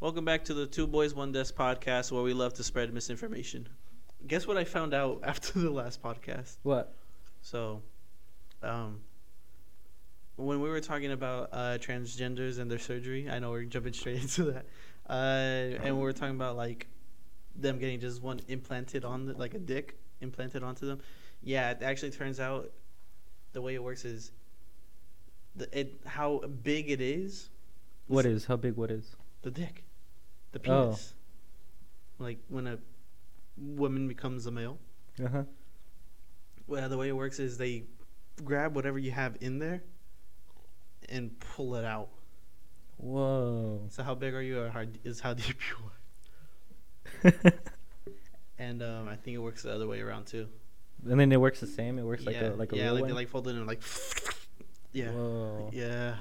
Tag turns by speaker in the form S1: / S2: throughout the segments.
S1: Welcome back to the Two Boys One Desk podcast, where we love to spread misinformation. Guess what I found out after the last podcast?
S2: What?
S1: So, um, when we were talking about uh, transgenders and their surgery, I know we're jumping straight into that, uh, and we were talking about like them getting just one implanted on the, like a dick implanted onto them. Yeah, it actually turns out the way it works is the it how big it is,
S2: What is? How big? What is?
S1: the dick, the
S2: Oh.
S1: penis. Like when a woman becomes a male.
S2: Uh huh.
S1: Well, the way it works is they grab whatever you have in there and pull it out.
S2: Whoa.
S1: So how big are you, or how, is how deep you are?
S2: and
S1: And um, I think it works the other way around too.
S2: then it works the same. It works like
S1: yeah,
S2: a like a
S1: yeah,
S2: real
S1: like
S2: one.
S1: they like fold it in and like, yeah,
S2: Whoa.
S1: yeah.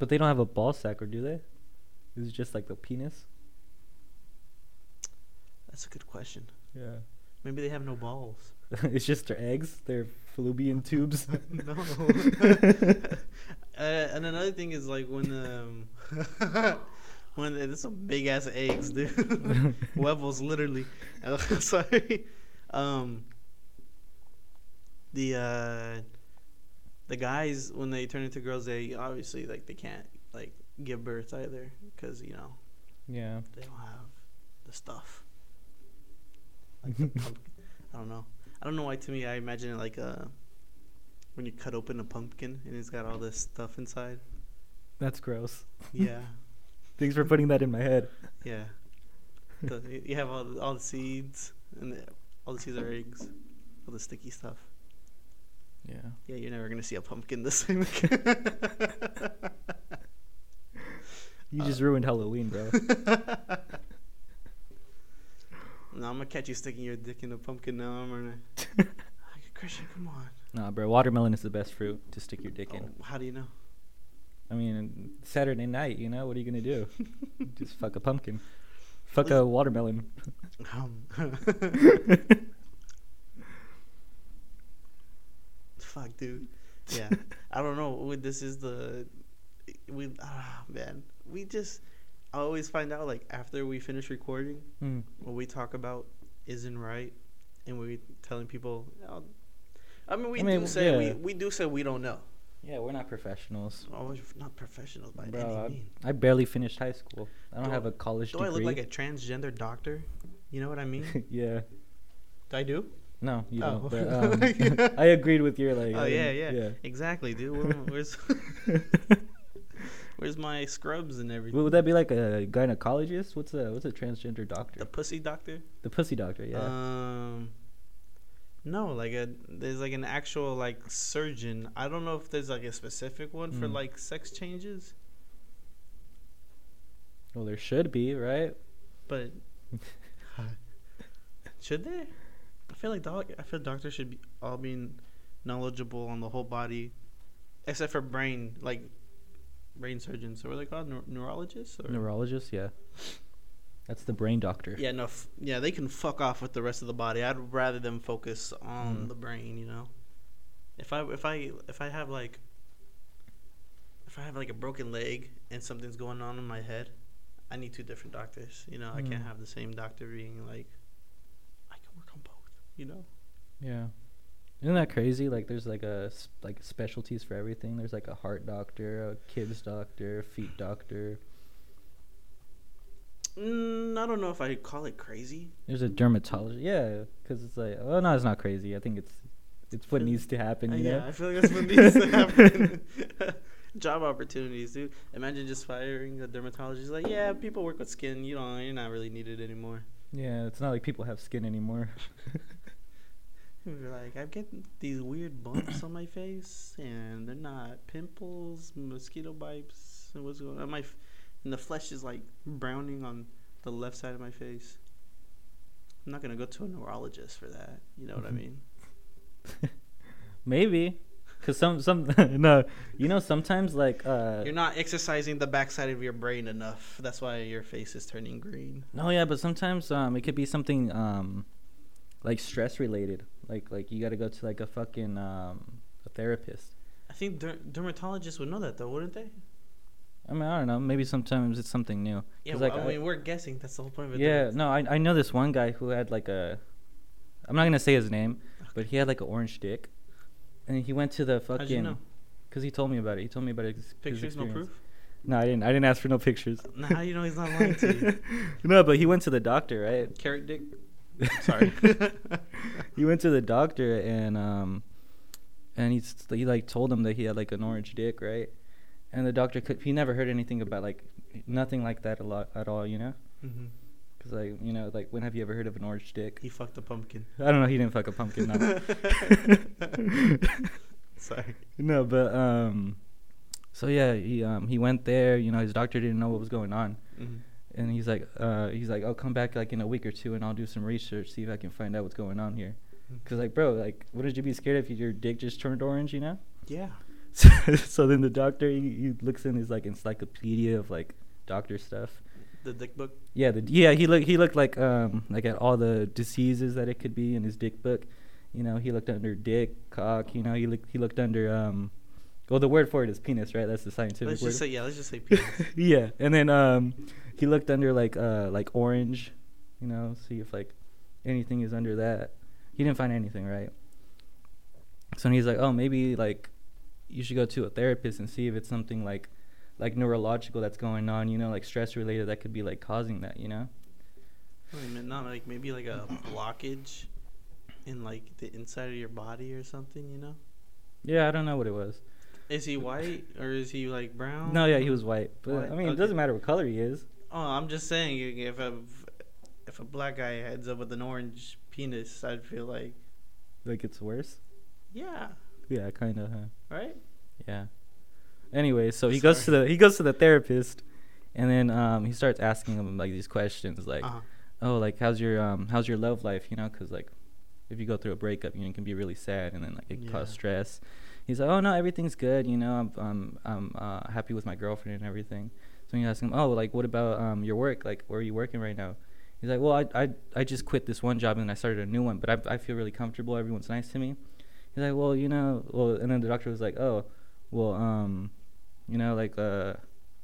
S2: But they don't have a ball sack, or do they? It's just like the penis.
S1: That's a good question.
S2: Yeah.
S1: Maybe they have no balls.
S2: it's just their eggs. Their fallopian tubes.
S1: no. uh, and another thing is like when um, when there's some big ass eggs, dude. Wevels, literally. Uh, Sorry. Um, the uh, the guys when they turn into girls, they obviously like they can't like give birth either because you know
S2: yeah.
S1: they don't have the stuff. Like the pump- I don't know. I don't know why. To me, I imagine it like uh when you cut open a pumpkin and it's got all this stuff inside.
S2: That's gross.
S1: Yeah,
S2: Thanks for putting that in my head.
S1: yeah. The- you have all the, all the seeds and the, all the seeds are eggs, all the sticky stuff.
S2: Yeah.
S1: Yeah, you're never gonna see a pumpkin the same again.
S2: You just ruined Halloween, bro.
S1: no, I'm gonna catch you sticking your dick in a pumpkin now, I'm gonna. Christian, come on.
S2: nah, bro. Watermelon is the best fruit to stick your dick in.
S1: Oh, how do you know?
S2: I mean, Saturday night, you know, what are you gonna do? Just fuck a pumpkin. Fuck a watermelon. Hmm.
S1: Um, fuck, dude. Yeah, I don't know. we- This is the we. Ah, man, we just. I always find out like after we finish recording,
S2: Hmm.
S1: what we talk about isn't right, and we telling people. Oh, I mean, we
S2: I mean,
S1: do say
S2: yeah.
S1: we, we do say we don't know.
S2: Yeah, we're not professionals.
S1: Oh, we're not professionals by
S2: Bro,
S1: any
S2: I,
S1: means.
S2: I barely finished high school. I don't
S1: Do I-
S2: have a college
S1: Do
S2: degree.
S1: I look like a transgender doctor? You know what I mean?
S2: yeah.
S1: I do.
S2: No, you
S1: Oh.
S2: don't. But, um, I agreed with your like. um,
S1: Oh
S2: I
S1: yeah, yeah,
S2: didn't-
S1: Exactly, dude. Where, where's where's my scrubs and everything?
S2: Would that be like a gynecologist? What's a what's a transgender doctor?
S1: the
S2: The,
S1: pussy doctor?
S2: pussy doctor, yeah.
S1: Um, no, like a there's like an actual like surgeon. I don't know if there's like a specific one for
S2: Mm.
S1: like sex changes,
S2: well, there should be, right?
S1: but should there? I feel like doc. I feel doctors should be all being knowledgeable on the whole body, except for brain, like brain surgeons. So what are they called? Neu- neurologists or
S2: Neurologist, yeah. That's the brain doctor.
S1: Yeah, no, f- yeah, they can fuck off with the rest of the body. I'd rather them focus on
S2: Mhm.
S1: the brain, you know. If I if I if I have like if I have like a broken leg and something's going on in my head, I need two different doctors. You know, I can't
S2: Mm.
S1: have the same doctor being like I can work on both, you know.
S2: Yeah. Isn't that crazy? Like, there's like a s- like specialties for everything. There's like a heart doctor, a kids doctor, feet doctor.
S1: Mm, I don't know if I call it crazy.
S2: There's a dermatologist. Yeah, because it's like, oh no, it's not crazy. I think it's it's what
S1: It's-
S2: needs to happen.
S1: Uh,
S2: You
S1: yeah,
S2: know?
S1: I feel like that's what needs to happen. Job opportunities, dude. Imagine just firing a dermatologist. Like, yeah, people work with skin. You don't. You're not really needed anymore.
S2: Yeah, it's not like people have skin anymore.
S1: You're like, I get these weird bumps on my face, and they're not pimples, mosquito bites, and what's going on. My, f- and the flesh is like browning on the left side of my face. I'm not gonna go to a neurologist for that. You know what I
S2: Mhm.
S1: mean?
S2: Maybe, cause some some no, you know sometimes like uh
S1: You're not exercising the backside of your brain enough. That's why your face is turning green.
S2: no yeah, but sometimes um it could be something um like stress related. Like like you got to go to like a fucking um a therapist.
S1: I think der- dermatologists would know that though, wouldn't they?
S2: I mean, I don't know. Maybe sometimes it's something new.
S1: Yeah,
S2: 'Cause,
S1: well,
S2: like,
S1: I mean, we're guessing. That's the whole point of it. though.
S2: yeah. No, I I know this one guy who had like a, I'm not gonna say his name, but he had like an orange dick, and he went to the
S1: How'd
S2: fucking.
S1: you know?
S2: Cause he told me about it. He told me about his his
S1: Pictures, no
S2: experience.
S1: proof.
S2: No, I didn't. I didn't ask for no pictures.
S1: Nah, how you know he's not lying to you?
S2: no, but he went to the doctor, right?
S1: Carrot dick. Sorry.
S2: he went to the doctor and um and he's he like told him that he had like an orange dick, right? And the doctor could he never heard anything about like nothing like that a lot at all, you know?
S1: hmm
S2: Cuz like, you know, like when have you ever heard of an orange dick?
S1: He fucked a pumpkin.
S2: I don't know, he didn't fuck a pumpkin. No.
S1: Sorry.
S2: no, but um so yeah, he um he went there, you know, his doctor didn't know what was going on.
S1: Mhm.
S2: and he's like uh he's like i'll come back like in a week or two and i'll do some research see if i can find out what's going on here because like bro like wouldn't you be scared if your dick just turned orange you know
S1: Yeah.
S2: so, so then the doctor he, he looks in his like encyclopedia of like doctor stuff
S1: The dick book.
S2: yeah the yeah he looked he looked like um like at all the diseases that it could be in his dick book you know he looked under dick cock you know he looked he looked under um well the word for it is penis right that's the scientific
S1: Let's
S2: word
S1: just say yeah. Let's just say penis.
S2: yeah, and then um, he looked under like uh like orange, you know, see if like anything is under that. He didn't find anything, right? So he's like, oh, maybe like you should go to a therapist and see if it's something like like neurological that's going on, you know, like stress related that could be like causing that, you know?
S1: I mean, not like maybe like a blockage in like the inside of your body or something. You know?
S2: Yeah, I don't know what it was.
S1: Is he white or is he like brown?
S2: No, yeah, he was white, but
S1: White,
S2: I mean, it
S1: okay.
S2: doesn't matter what color he is.
S1: Oh, I'm just saying. If a if a black guy heads up with an orange penis, I'd feel like
S2: Like it's worse.
S1: yeah,
S2: Yeah, kind of. Huh?
S1: right.
S2: Yeah. Anyway, so he goes to the he goes to the therapist, and then um, he starts asking him like these questions like,
S1: Uh-huh.
S2: oh, like how's your um how's your love life? You know, because like if you go through a breakup, you know, it can be really sad, and then like it
S1: Yeah.
S2: cause stress. He's like, oh no, everything's good. You know, I'm I'm I'm uh, happy with my girlfriend and everything. So you ask him, oh, like what about um your work? Like where are you working right now? He's like, well, I I I just quit this one job and I started a new one, but I I feel really comfortable. Everyone's nice to me. He's like, well, you know, well, and then the doctor was like, oh, well, um, you know, like uh,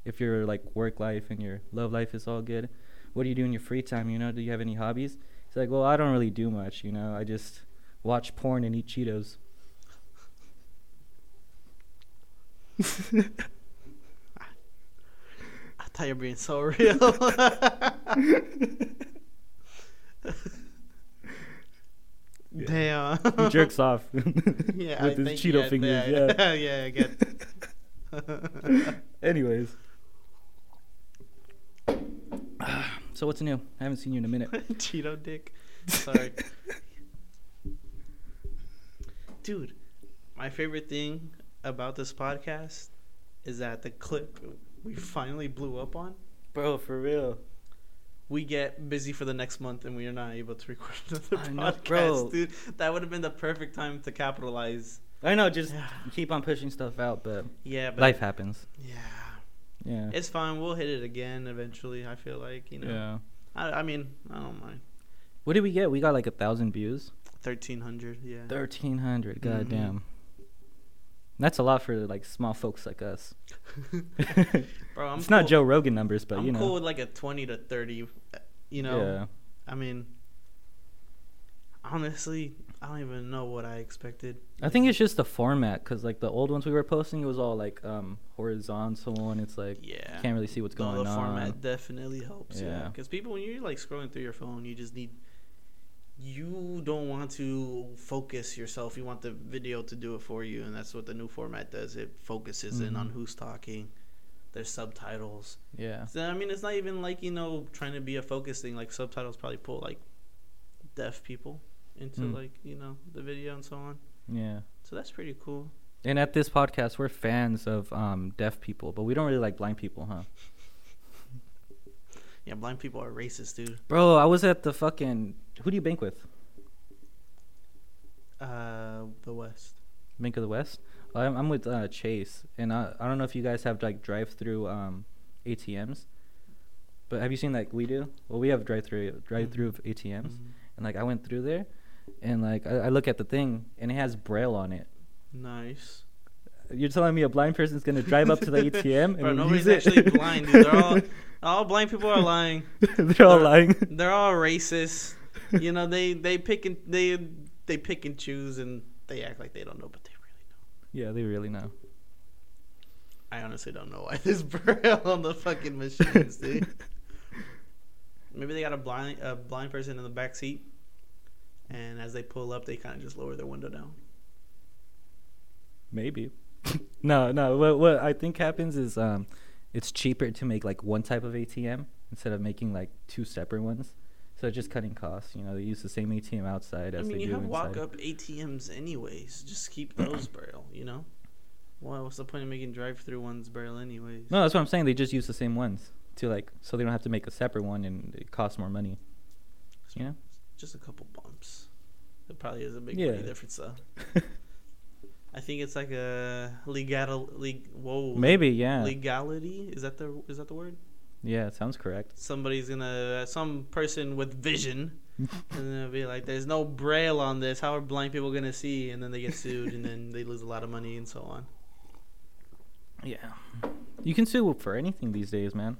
S2: if your like work life and your love life is all good, what do you do in your free time? You know, do you have any hobbies? He's like, well, I don't really do much. You know, I just watch porn and eat Cheetos.
S1: I thought you were being so real. Damn.
S2: He jerks off
S1: yeah,
S2: with
S1: I
S2: his
S1: think you
S2: Cheeto
S1: got
S2: fingers.
S1: that.
S2: Yeah.
S1: yeah, I get.
S2: Anyways. So what's new? I haven't seen you in a minute.
S1: Cheeto dick. Sorry. Dude, my favorite thing about this podcast is that the clip we finally blew up on,
S2: Bro, for real.
S1: we get busy for the next month and we are not able to record another
S2: I know,
S1: podcast,
S2: bro.
S1: dude. That would have been the perfect time to capitalize.
S2: I know, just
S1: Yeah.
S2: keep on pushing stuff out, but,
S1: Yeah, but
S2: life happens.
S1: yeah,
S2: Yeah.
S1: it's fine. We'll hit it again eventually. I feel like you know.
S2: Yeah.
S1: I, I mean, I don't mind.
S2: What did we get? We got like a thousand views.
S1: Thirteen hundred. Yeah.
S2: Thirteen
S1: Mhm.
S2: hundred. Goddamn. That's a lot for like small folks like us.
S1: Bro, I'm
S2: it's not
S1: cool-
S2: Joe Rogan numbers, but
S1: I'm
S2: you know.
S1: cool with like a twenty to thirty. uh, You know.
S2: Yeah.
S1: I mean, honestly, I don't even know what I expected.
S2: I think it's just the format, cause like the old ones we were posting, it was all like um horizontal, and it's like
S1: yeah.
S2: can't really see what's
S1: No,
S2: going
S1: the
S2: on.
S1: format definitely helps. Yeah.
S2: Yeah.
S1: Because people, when you're like scrolling through your phone, you just need. You don't want to focus yourself. You want the video to do it for you, and that's what the new format does. It focuses in
S2: Mhm.
S1: on who's talking. There's subtitles.
S2: Yeah.
S1: So I mean, it's not even like you know trying to be a focus thing. Like subtitles probably pull like deaf people into
S2: Mm.
S1: like you know the video and so on.
S2: Yeah.
S1: So that's pretty cool.
S2: And at this podcast, we're fans of um deaf people, but we don't really like blind people, huh?
S1: Yeah, blind people are racist, dude.
S2: Bro, I was at the fucking who do you bank with?
S1: Uh, the West.
S2: Bank of the West. I'm, I'm with uh, Chase, and I, I don't know if you guys have like drive-through um, ATMs, but have you seen like we do? Well, we have drive-through drive-through of ATMs,
S1: Mhm.
S2: and like I went through there, and like I, I look at the thing, and it has braille on it.
S1: Nice.
S2: You're telling me a blind person's gonna drive up to the ATM and
S1: Bro,
S2: use
S1: nobody's
S2: it?
S1: actually blind. Dude. They're all all blind people are lying.
S2: They're all
S1: They're-
S2: lying.
S1: They're all racist. You know they they pick and they they pick and choose and they act like they don't know, but they really know.
S2: Yeah, they really know.
S1: I honestly don't know why there's braille on the fucking machines, dude. Maybe they got a blind a blind person in the back seat, and as they pull up, they kind of just lower their window down.
S2: Maybe. no, no. What what I think happens is um, it's cheaper to make like one type of ATM instead of making like two separate ones. So it's just cutting costs. You know, they use the same ATM outside
S1: I
S2: as
S1: mean,
S2: they
S1: you
S2: do
S1: have
S2: inside.
S1: walk up ATMs anyways. Just keep those braille, you know. Why? What's the point of making drive through ones braille anyways?
S2: No, that's what I'm saying. They just use the same ones to like, so they don't have to make a separate one and it costs more money. You know?
S1: just a couple bumps. It probably is a big
S2: Yeah.
S1: money difference though. I think it's like a legal, leg, whoa,
S2: Maybe, yeah.
S1: legality. Is that the is that the word?
S2: Yeah, it sounds correct.
S1: Somebody's gonna, some person with vision, and then it'll be like, "There's no braille on this. How are blind people gonna see?" And then they get sued, and then they lose a lot of money and so on.
S2: Yeah. You can sue for anything these days, man.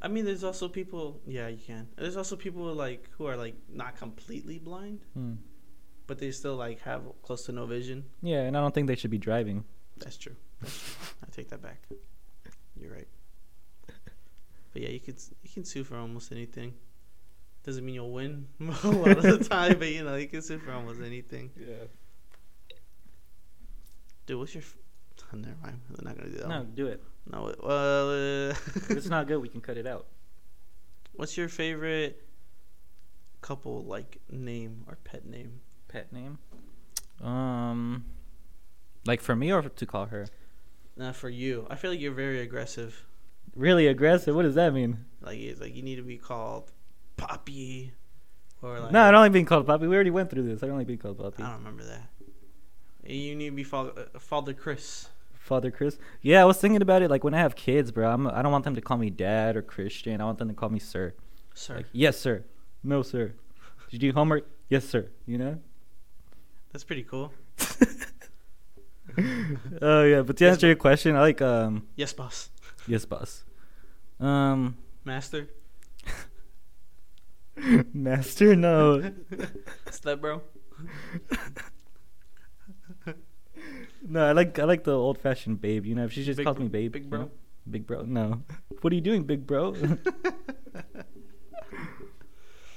S1: I mean, there's also people. Yeah, you can. There's also people like who are like not completely blind,
S2: Hmm.
S1: but they still like have close to no vision.
S2: Yeah, and I don't think they should be driving.
S1: That's true. That's true. I take that back. You're right. But yeah, you could s- you can sue for almost anything. Doesn't mean you'll win a lot of the time, but you know you can sue for almost anything.
S2: Yeah.
S1: Dude, what's your? F- oh, never mind. I'm not gonna do that.
S2: No,
S1: one.
S2: do it.
S1: No. uh, Well,
S2: If it's not good, we can cut it out.
S1: what's your favorite couple like name or pet name?
S2: Pet name? Um, like for me or to call her?
S1: Nah, for you. I feel like you're very aggressive.
S2: Really aggressive. What does that mean?
S1: Like it's like you need to be called Poppy, or like
S2: no, I don't like being called puppy. We already went through this. I don't like being called puppy.
S1: I don't remember that. You need to be Father, uh, Father Chris.
S2: Father Chris. Yeah, I was thinking about it. Like when I have kids, bro, I'm, I don't want them to call me dad or Christian. I want them to call me sir.
S1: Sir.
S2: Like yes, sir. No, sir. Did you do homework? Yes, sir. You know.
S1: That's pretty cool.
S2: Oh yeah, but to
S1: Yes,
S2: answer your question, I like um
S1: Yes, boss.
S2: yes, boss. Um,
S1: Master.
S2: master, no,
S1: Step, bro.
S2: no. I like I like the old fashioned babe. You know, if she just
S1: Big
S2: calls
S1: bro-
S2: me babe,
S1: big
S2: you
S1: bro.
S2: know? big bro. No, what are you doing, big bro?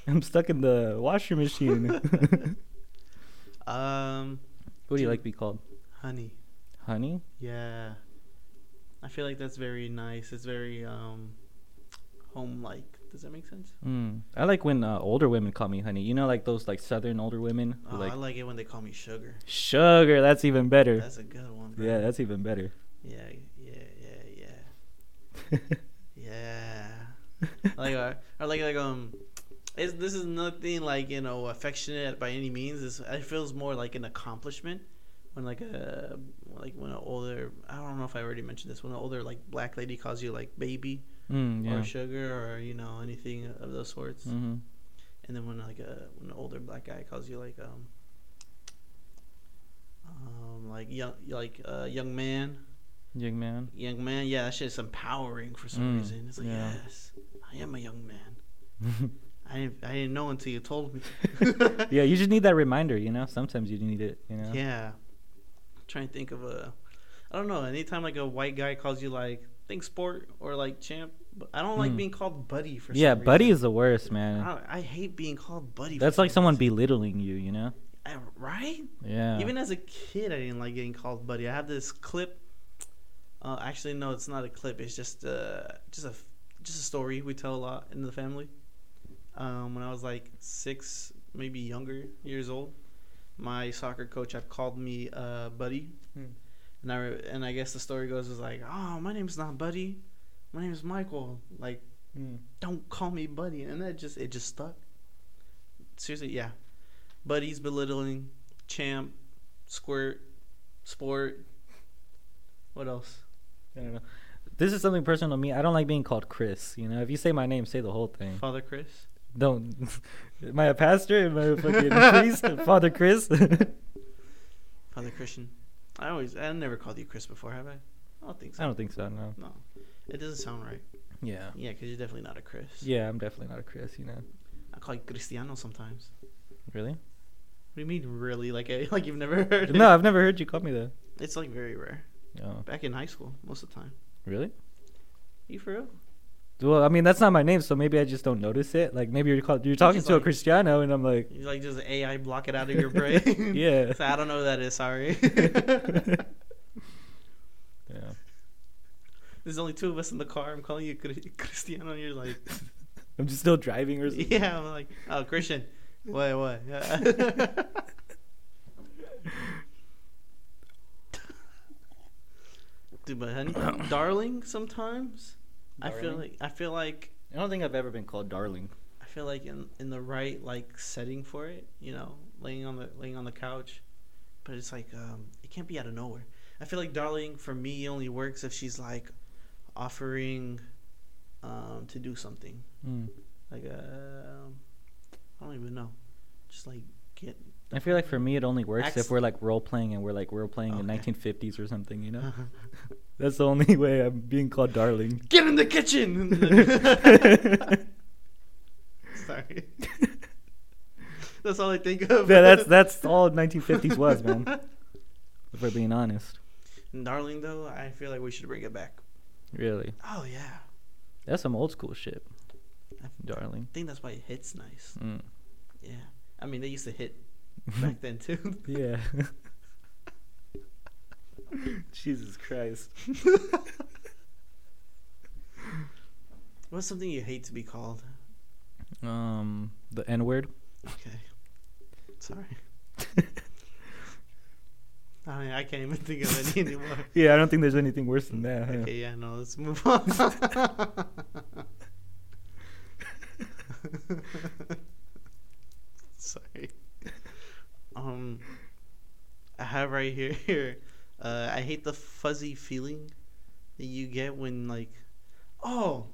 S2: I'm stuck in the washer machine.
S1: Um,
S2: what do you like to be called?
S1: honey.
S2: Honey?
S1: Yeah. I feel like that's very nice. It's very um, home-like. Does that make sense?
S2: Mm. I like when uh, older women call me honey. You know, like those like southern older women who
S1: Oh,
S2: like
S1: I like it when they call me sugar.
S2: sugar. That's even better.
S1: That's a good one. Bro.
S2: yeah, that's even better.
S1: Yeah. Yeah. Yeah. Yeah. Yeah. like uh, or like like um it's, this is nothing like you know affectionate by any means it's, it feels more like an accomplishment when like a like when an older i don't know if i already mentioned this when an older like black lady calls you like baby
S2: Mm, yeah.
S1: or sugar or you know anything of those sorts
S2: hmm
S1: and then when like a when an older black guy calls you like um um like young like uh young man
S2: Young man.
S1: young man yeah that shit's empowering for some
S2: Mm,
S1: reason it's like
S2: yeah.
S1: yes i am a young man I didn't, I didn't know until you told me.
S2: yeah, you just need that reminder, you know? Sometimes you need it, you know?
S1: Yeah. I'm trying to think of a. I don't know. Anytime like a white guy calls you like think sport or like champ, but I don't like
S2: Hmm.
S1: being called buddy for.
S2: Yeah,
S1: some
S2: buddy
S1: reason.
S2: is the worst, man.
S1: I, I hate being called buddy.
S2: That's like someone belittling you, you know?
S1: be Eh, right.
S2: Yeah.
S1: Even as a kid, I didn't like getting called buddy. I have this clip. Uh, actually, no, it's not a clip. It's just uh, just a just a story we tell a lot in the family. Um, when I was like six, maybe younger years old, my soccer coach had called me uh, buddy,
S2: Hmm.
S1: and I re- and I guess the story goes is like, oh, my name's not buddy, my name is Michael. Like,
S2: Mm.
S1: don't call me buddy, and that just it just stuck. Seriously, yeah, buddies belittling, champ, squirt, sport. What else?
S2: I don't know. This is something personal to me. I don't like being called Chris, you know? If you say my name, say the whole thing.
S1: Father Chris.
S2: Don't. Am I a pastor? Am I a fucking priest? Father Chris?
S1: Father Christian. I always I never called you Chris before, have I? I don't think so.
S2: I don't think so. No.
S1: No, it doesn't sound right.
S2: Yeah.
S1: Yeah, because you're definitely not a Chris.
S2: Yeah, I'm definitely not a Chris. You know.
S1: I call you Cristiano sometimes.
S2: Really?
S1: What do you mean, really? Like, eh, like you've never heard?
S2: no,
S1: it?
S2: I've never heard you call me that.
S1: It's like very rare.
S2: Oh,
S1: Back in high school, most of the time.
S2: really?
S1: You for real?
S2: Well, I mean, that's not my name, so maybe I just don't notice it. Like, maybe you're call- you're talking
S1: just
S2: to a
S1: like-
S2: Cristiano, and I'm like,
S1: You like just AI block it out of your brain?
S2: Yeah.
S1: So I don't know who that is. Sorry.
S2: yeah.
S1: There's only two of us in the car. I'm calling you Cri- Cristiano. And you're like,
S2: I'm just still driving or something.
S1: yeah. I'm like, oh, Christian. What? What? Yeah. Dude, but honey, darling, sometimes I feel
S2: Darling?
S1: like I feel like
S2: I don't think I've ever been called darling.
S1: I feel like in in the right like setting for it, you know, laying on the laying on the couch, but it's like um, it can't be out of nowhere. I feel like darling for me only works if she's like offering um, to do something
S2: Mm.
S1: like um, I don't even know, just like get.
S2: I feel like for me, it only works
S1: Acts-
S2: if we're like role playing and we're like role playing
S1: Okay.
S2: in 1950s or something. You know, that's the only way I'm being called darling.
S1: Get in the kitchen.
S2: yeah,
S1: Sorry. That's all I think of.
S2: that's that's all 1950s was, man. If we're being honest,
S1: Darling, though, I feel like we should bring it back.
S2: really,
S1: Oh yeah,
S2: that's some old school shit,
S1: I
S2: darling.
S1: think that's why it hits nice.
S2: Mm.
S1: Yeah. I mean, they used to hit back then too.
S2: Yeah. Jesus Christ.
S1: What's something you hate to be called?
S2: Um, the N word.
S1: Okay. Sorry. I mean, I can't even think of any anymore.
S2: Yeah, I don't think there's anything worse than that.
S1: Okay, yeah, no, let's move on. Sorry. Um, I have right here. Uh, I hate the fuzzy feeling that you get when like, oh,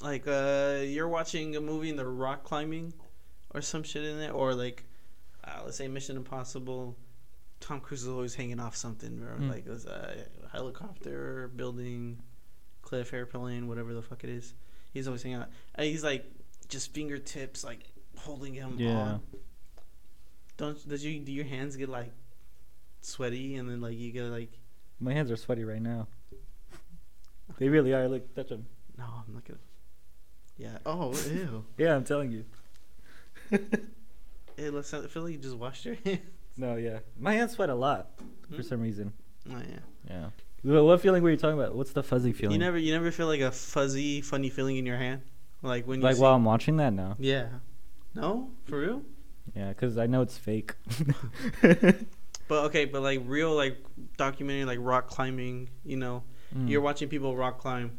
S1: like uh, you're watching a movie and they're rock climbing, or some shit in it, or like, uh, let's say Mission Impossible. Tom Cruise is always hanging off something, or
S2: Mm.
S1: like this uh, helicopter, building, cliff, airplane, whatever the fuck it is. He's always hanging out. And he's like just fingertips, like holding him
S2: Yeah.
S1: on. Don't does you do your hands get like sweaty and then like you get like
S2: My hands are sweaty right now. They really are. Look, touch them.
S1: no I'm not gonna yeah oh ew
S2: Yeah, I'm telling you.
S1: it looks I feel like you just washed your hands
S2: No, yeah. My hands sweat a lot
S1: Hmm?
S2: for some reason.
S1: oh yeah
S2: Yeah. Well, what feeling were you talking about? What's the fuzzy feeling?
S1: you never you never feel like a fuzzy funny feeling in your hand like when you
S2: like
S1: see-
S2: while I'm watching that now.
S1: yeah no for real
S2: Yeah, because I know it's fake.
S1: But okay, but like real like documentary like rock climbing, you know,
S2: Mm.
S1: you're watching people rock climb,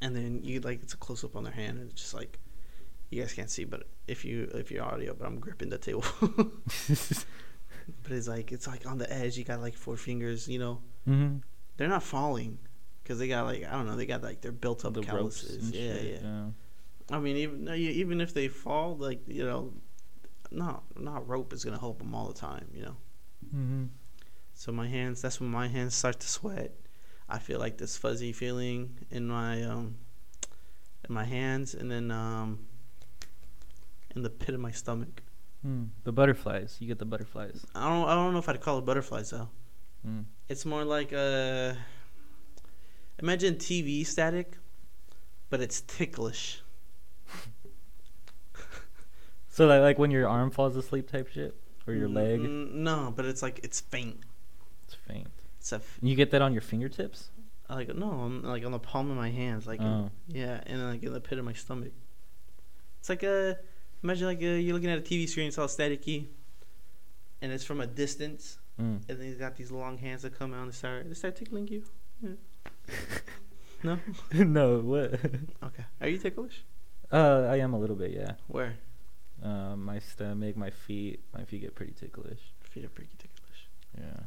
S1: and then you like it's a close up on their hand, and it's just like you guys can't see, but if you if you're audio, but I'm gripping the table, but
S2: Mm-hmm.
S1: it's like it's like on the edge. You got like four fingers, you know,
S2: Mhm.
S1: they're not falling because they got like I don't know, they got like their built up
S2: The ropes
S1: calluses.
S2: and
S1: Yeah,
S2: shit,
S1: yeah, I mean, even no, you- even if they fall, like you know, not not rope is gonna help them all the time, you know.
S2: Mhm.
S1: So my hands, that's when my hands start to sweat. I feel like this fuzzy feeling in my um in my hands and then um in the pit of my stomach.
S2: Mm. The butterflies. You get the butterflies.
S1: I don't I don't know if I'd call it butterflies though.
S2: Mm.
S1: It's more like uh imagine TV static but it's ticklish.
S2: So like, like when your arm falls asleep type shit, or your leg.
S1: Mm, no, but it's like it's faint.
S2: It's faint.
S1: It's a f-
S2: You get that on your fingertips.
S1: like no, I'm like on the palm of my hands, like in-
S2: Oh.
S1: yeah, and then like in the pit of my stomach. It's like a imagine like a, you're looking at a TV screen, it's all staticky, and it's from a distance,
S2: Mm.
S1: and then you got these long hands that come out and start they start tickling you. Yeah. no,
S2: no, what?
S1: okay. Are you ticklish?
S2: Uh, I am a little bit, yeah.
S1: Where
S2: Uh, my stomach, my feet, my feet get pretty ticklish.
S1: feet are pretty ticklish.
S2: Yeah.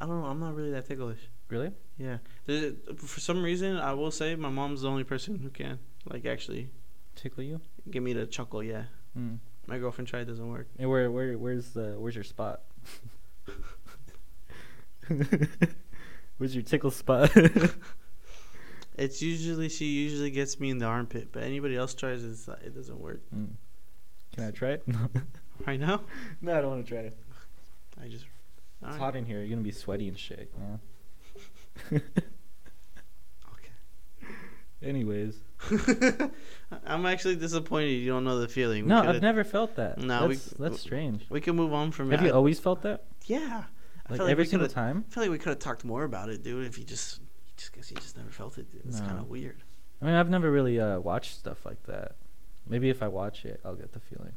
S1: I don't know. I'm not really that ticklish.
S2: Really?
S1: Yeah. There's, for some reason, I will say my mom's the only person who can like actually
S2: Tickle you?
S1: give me the chuckle. Yeah.
S2: Mm.
S1: My girlfriend tried, it doesn't work.
S2: And where, where, where's the, where's your spot? Where's your tickle spot?
S1: Mm. It's usually she usually gets me in the armpit, but anybody else tries it's like, it doesn't work.
S2: Mm. Can I try it? no,
S1: Right now,
S2: I don't want to try it.
S1: I just
S2: It's
S1: Alright.
S2: hot in here. You're gonna be sweaty and shit. Yeah.
S1: Okay.
S2: Anyways,
S1: I'm actually disappointed you don't know the feeling. We
S2: no,
S1: coulda-
S2: I've never felt that.
S1: No, we-
S2: that's, that's strange.
S1: We can move on from
S2: Have
S1: it.
S2: you
S1: I-
S2: always felt that?
S1: yeah. I
S2: Like
S1: feel like
S2: every
S1: we
S2: single
S1: coulda-
S2: time?
S1: I feel like we could have talked more about it, dude. If you just, you just guess you just never felt it. Dude. It's
S2: No.
S1: kind of weird.
S2: I mean, I've never really uh, watched stuff like that. Maybe if I watch it, I'll get the feeling.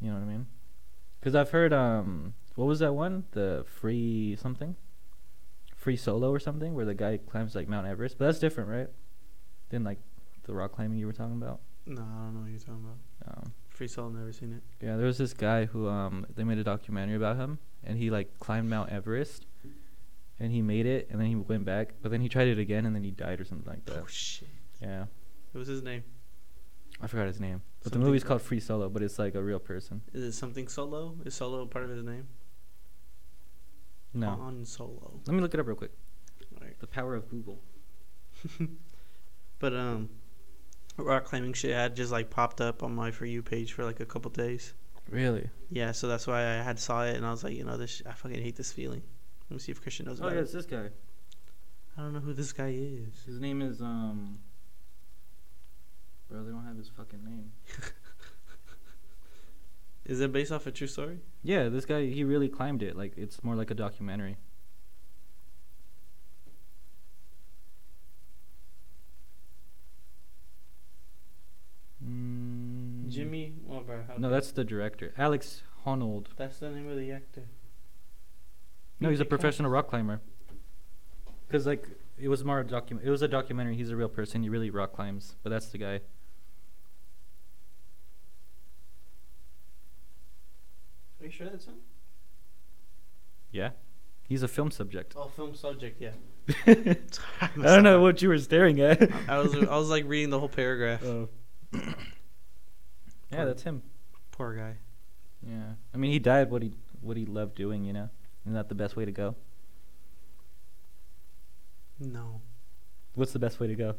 S2: You know what I mean? Because I've heard, um, what was that one? The free something, free solo or something, where the guy climbs like Mount Everest. But that's different, right? Than like the rock climbing you were talking about.
S1: No, I don't know what you're talking about.
S2: Um,
S1: Free Soul, never seen it.
S2: Yeah, there was this guy who um they made a documentary about him and he like climbed Mount Everest and he made it and then he went back, but then he tried it again and then he died or something like that.
S1: Oh shit!
S2: Yeah.
S1: What was his name?
S2: I forgot his name. But
S1: Something
S2: the movie's
S1: like-
S2: called Free Solo, but it's like a real person.
S1: Is it something Solo? Is Solo part of his name?
S2: No.
S1: On Solo.
S2: Let me look it up real quick.
S1: Alright.
S2: The power of Google.
S1: But um, rock climbing shit had just like popped up on my for you page for like a couple days.
S2: Really?
S1: Yeah, so that's why I had saw it and I was like, you know, this sh- I fucking hate this feeling. Let me see if Christian knows
S2: Oh
S1: about
S2: yeah,
S1: it.
S2: it's this guy.
S1: I don't know who this guy is.
S2: His name is um Bro, they don't have his fucking name.
S1: Is it based off a true story?
S2: Yeah, this guy he really climbed it. Like it's more like a documentary. Mm.
S1: Jimmy, oh, bro, how
S2: No,
S1: could-
S2: that's the director, Alex Honnold.
S1: that's the name of the actor.
S2: No, he's a
S1: Music
S2: professional rock climber. Cause like it was more a docu- It was a documentary. He's a real person. He really rock climbs. But that's the guy.
S1: Are you sure that's him?
S2: Yeah, he's a film subject.
S1: Oh, film subject, yeah.
S2: I don't know what you were staring at.
S1: I was I was like uh, reading the whole paragraph.
S2: Oh. yeah, that's him.
S1: Poor guy.
S2: Yeah, I mean, he died what he what he loved doing. You know, isn't that the best way to go?
S1: No.
S2: What's the best way to go?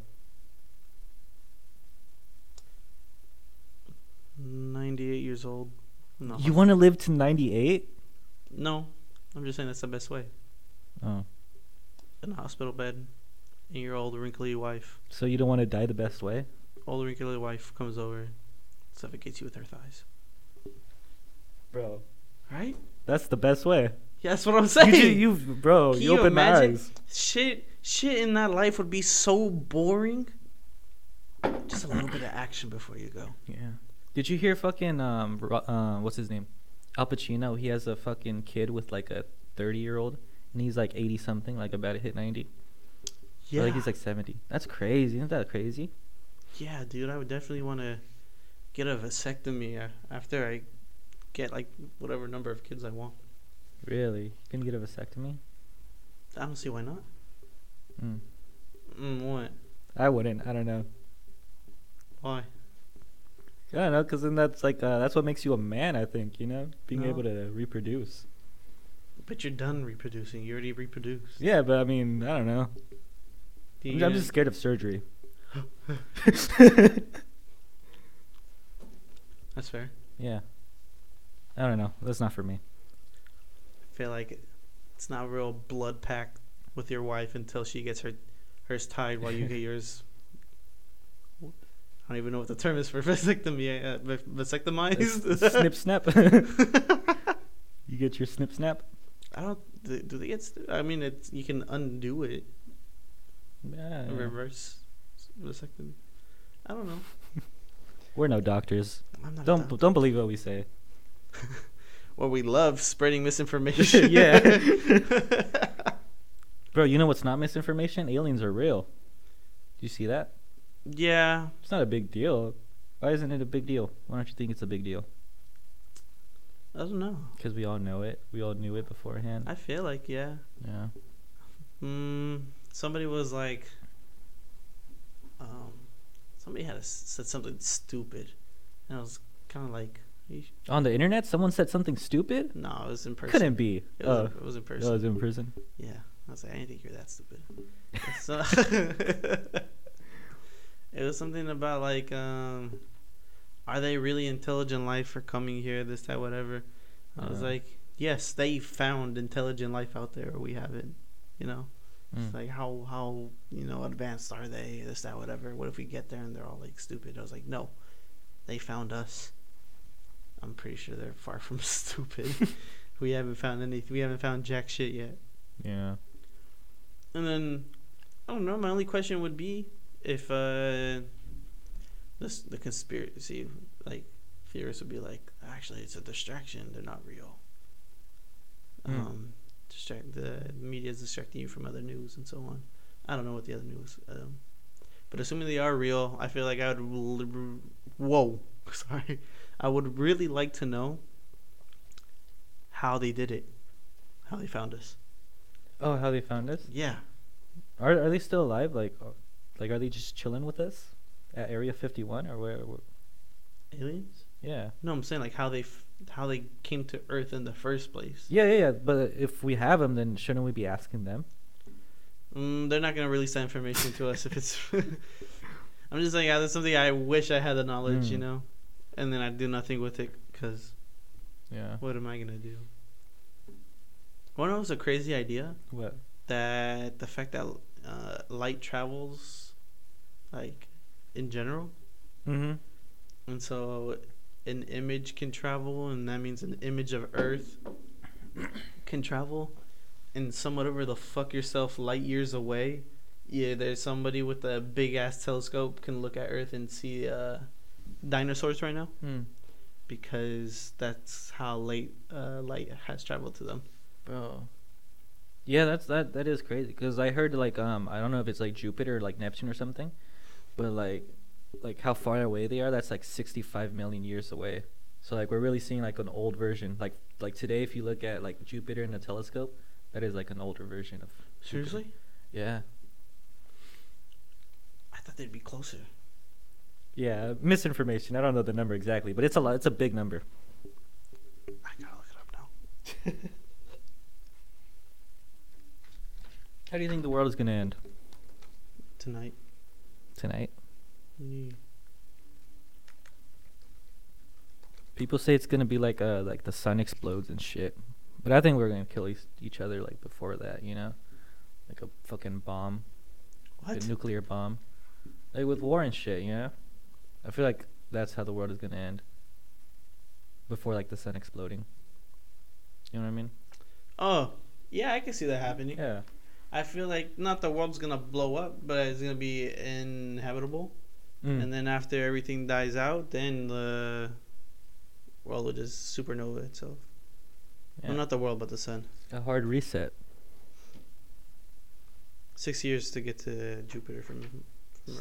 S1: 98 years old. No.
S2: You want to live to ninety eight?
S1: No. I'm just saying that's the best way.
S2: Oh,
S1: In a hospital bed, and your old wrinkly wife,
S2: so you don't want to die the best way?
S1: old wrinkly wife comes over, suffocates you with her thighs.
S2: Bro,
S1: Right?
S2: that's the best way.
S1: Yeah, that's what I'm
S2: You,
S1: saying.
S2: ju- you- bro,
S1: Can
S2: you,
S1: you
S2: open my
S1: imagine?
S2: eyes.
S1: shit, shit in that life would be so boring. Just a little bit of action before you go.
S2: Yeah. Did you hear fucking um Ro- uh, what's his name? Al Pacino. He has a fucking kid with like a thirty year old, and he's like eighty something, like about to hit ninety.
S1: Yeah,
S2: Or, like he's like seventy. That's crazy. Isn't that crazy?
S1: yeah, dude. I would definitely want to get a vasectomy a- after I get like whatever number of kids I want.
S2: Really? You can get a vasectomy?
S1: I don't see why not.
S2: Mm.
S1: Mm, what?
S2: I wouldn't. I don't know.
S1: Why?
S2: I don't know, because then that's like uh, that's what makes you a man. I think you know, being
S1: No.
S2: able to reproduce.
S1: But you're done reproducing. You already reproduced.
S2: Yeah, but I mean, I don't know.
S1: Do
S2: I'm,
S1: you
S2: I'm
S1: get-
S2: just scared of surgery.
S1: That's fair.
S2: yeah, I don't know. That's not for me.
S1: I feel like it's not real blood pact with your wife until she gets her hers tied while you get yours. I don't even know what the term is for vasectomy. Uh, vas- vasectomized.
S2: It's snip snap. you get your snip snap.
S1: I don't. Do do they get? St- I mean, it's you can undo it.
S2: Yeah.
S1: Reverse vasectomy. I don't know.
S2: We're no doctors.
S1: I'm not.
S2: Don't
S1: Don't.
S2: don't believe what we say.
S1: well, we love spreading misinformation.
S2: Yeah. Bro, you know what's not misinformation? Aliens are real. Do you see that?
S1: yeah.
S2: It's not a big deal. Why isn't it a big deal? Why don't you think it's a big deal?
S1: I don't know.
S2: Because we all know it. We all knew it beforehand.
S1: I feel like yeah.
S2: Yeah.
S1: Mm, somebody was like, um, somebody had a s said something stupid, and I was kind of like, Yeesh.
S2: On the internet, someone said something stupid.
S1: No, it was in person.
S2: Couldn't be.
S1: It was,
S2: Oh,
S1: in, it was in
S2: that
S1: person.
S2: was in person.
S1: Yeah, I was like, I didn't think you were that stupid. So-
S2: Hmm.
S1: it was something about like, um, are they really intelligent life for coming here? This that whatever. I was
S2: Uh.
S1: like, yes, they found intelligent life out there. We haven't, you know. It's
S2: Mm.
S1: like how how you know advanced are they? This that whatever. What if we get there and they're all like stupid? I was like, no, they found us. I'm pretty sure they're far from stupid. we haven't found anything. We haven't found jack shit yet.
S2: Yeah.
S1: And then I don't know. My only question would be if uh, this the conspiracy like theorists would be like, actually, it's a distraction. They're not real.
S2: Hmm.
S1: Um, distract the media is distracting you from other news and so on. I don't know what the other news. Um, but assuming they are real, I feel like I would. l- r- Whoa, sorry. I would really like to know how they did it, how they found us.
S2: Oh, how they found us?
S1: Yeah,
S2: Are are they still alive? Like, uh, like are they just chilling with us at Area 51 or where? where
S1: aliens.
S2: yeah.
S1: No, I'm saying like how they f- how they came to Earth in the first place.
S2: Yeah, yeah, yeah. But if we have them, then shouldn't we be asking them?
S1: Mm, they're not gonna release that information to us if it's. I'm just saying yeah, that's something I wish I had the knowledge, you
S2: Mm.
S1: know, and then I do nothing with it because
S2: Yeah.
S1: what am I gonna do? One of was a crazy idea
S2: What?
S1: that the fact that uh, light travels, like, in general,
S2: Mm-hmm.
S1: and so an image can travel, and that means an image of Earth can travel, and somewhat over the fuck yourself light years away. Yeah, there's somebody with a big ass telescope can look at Earth and see uh, dinosaurs right now
S2: Mm.
S1: because that's how late uh, light has traveled to them.
S2: Bro. Oh. Yeah, that's that. That is crazy. Cause I heard like um, I don't know if it's like Jupiter or like Neptune or something, but like, like how far away they are. That's like sixty-five million years away. So like we're really seeing like an old version. Like like today, if you look at like Jupiter in a telescope, that is like an older version of. Jupiter.
S1: Seriously,
S2: Yeah.
S1: I thought they'd be closer.
S2: Yeah, misinformation. I don't know the number exactly, but it's a lot. It's a big number.
S1: I gotta look it up now.
S2: How do you think the world is gonna end
S1: Tonight,
S2: tonight?
S1: Yeah.
S2: People say it's gonna be like uh like the sun explodes and shit, but I think we're gonna kill each, each other like before that, you know, like a fucking bomb,
S1: what?
S2: a nuclear bomb, like with war and shit, you know. I feel like that's how the world is gonna end. Before like the sun exploding. You know what I mean?
S1: oh, yeah, I can see that happening.
S2: Yeah.
S1: I feel like not the world's gonna blow up, but it's gonna be inhabitable.
S2: Mm.
S1: And then after everything dies out, then the world will just supernova itself.
S2: yeah.
S1: Well, not the world, but the sun.
S2: a hard reset.
S1: Six years to get to Jupiter from. from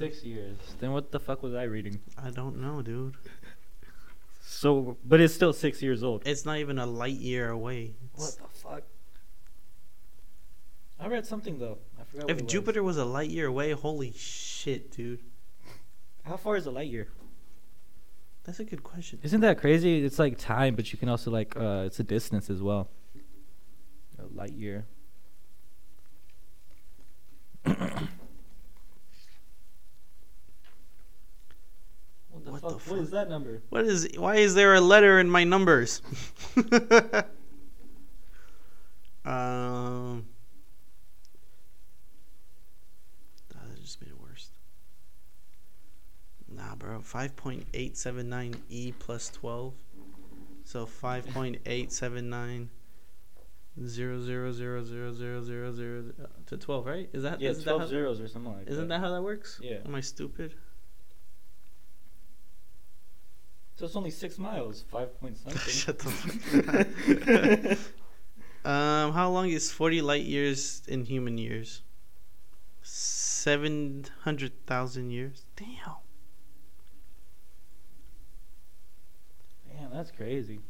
S1: Earth.
S2: years. Then what the fuck was I reading?
S1: I don't know, dude.
S2: So, but it's still six years old.
S1: It's not even a light year away. It's-
S2: the fuck? I read something though. I forgot.
S1: If Jupiter was a light year away, holy shit, dude.
S2: how far is a light year?
S1: That's a good question.
S2: Isn't that crazy? It's like time, but you can also like uh, it's a distance as well. A light year. what
S1: the What the fuck? What is fuck?
S2: that number?
S1: What is? Why is there a letter in my numbers? um, Ah, that just made it worse. Nah, bro. Five point eight seven nine e plus twelve, so five point eight seven nine zero zero zero zero zero zero zero to twelve. Right? Is that?
S2: Yeah,
S1: isn't
S2: twelve
S1: that how,
S2: zeros or something like
S1: Isn't that how that works?
S2: Yeah.
S1: Am I stupid?
S2: So it's only six miles, five point
S1: Shut the fuck up. Um, how long is 40 light years in human years? 700,000 years? Damn.
S2: Man, that's crazy.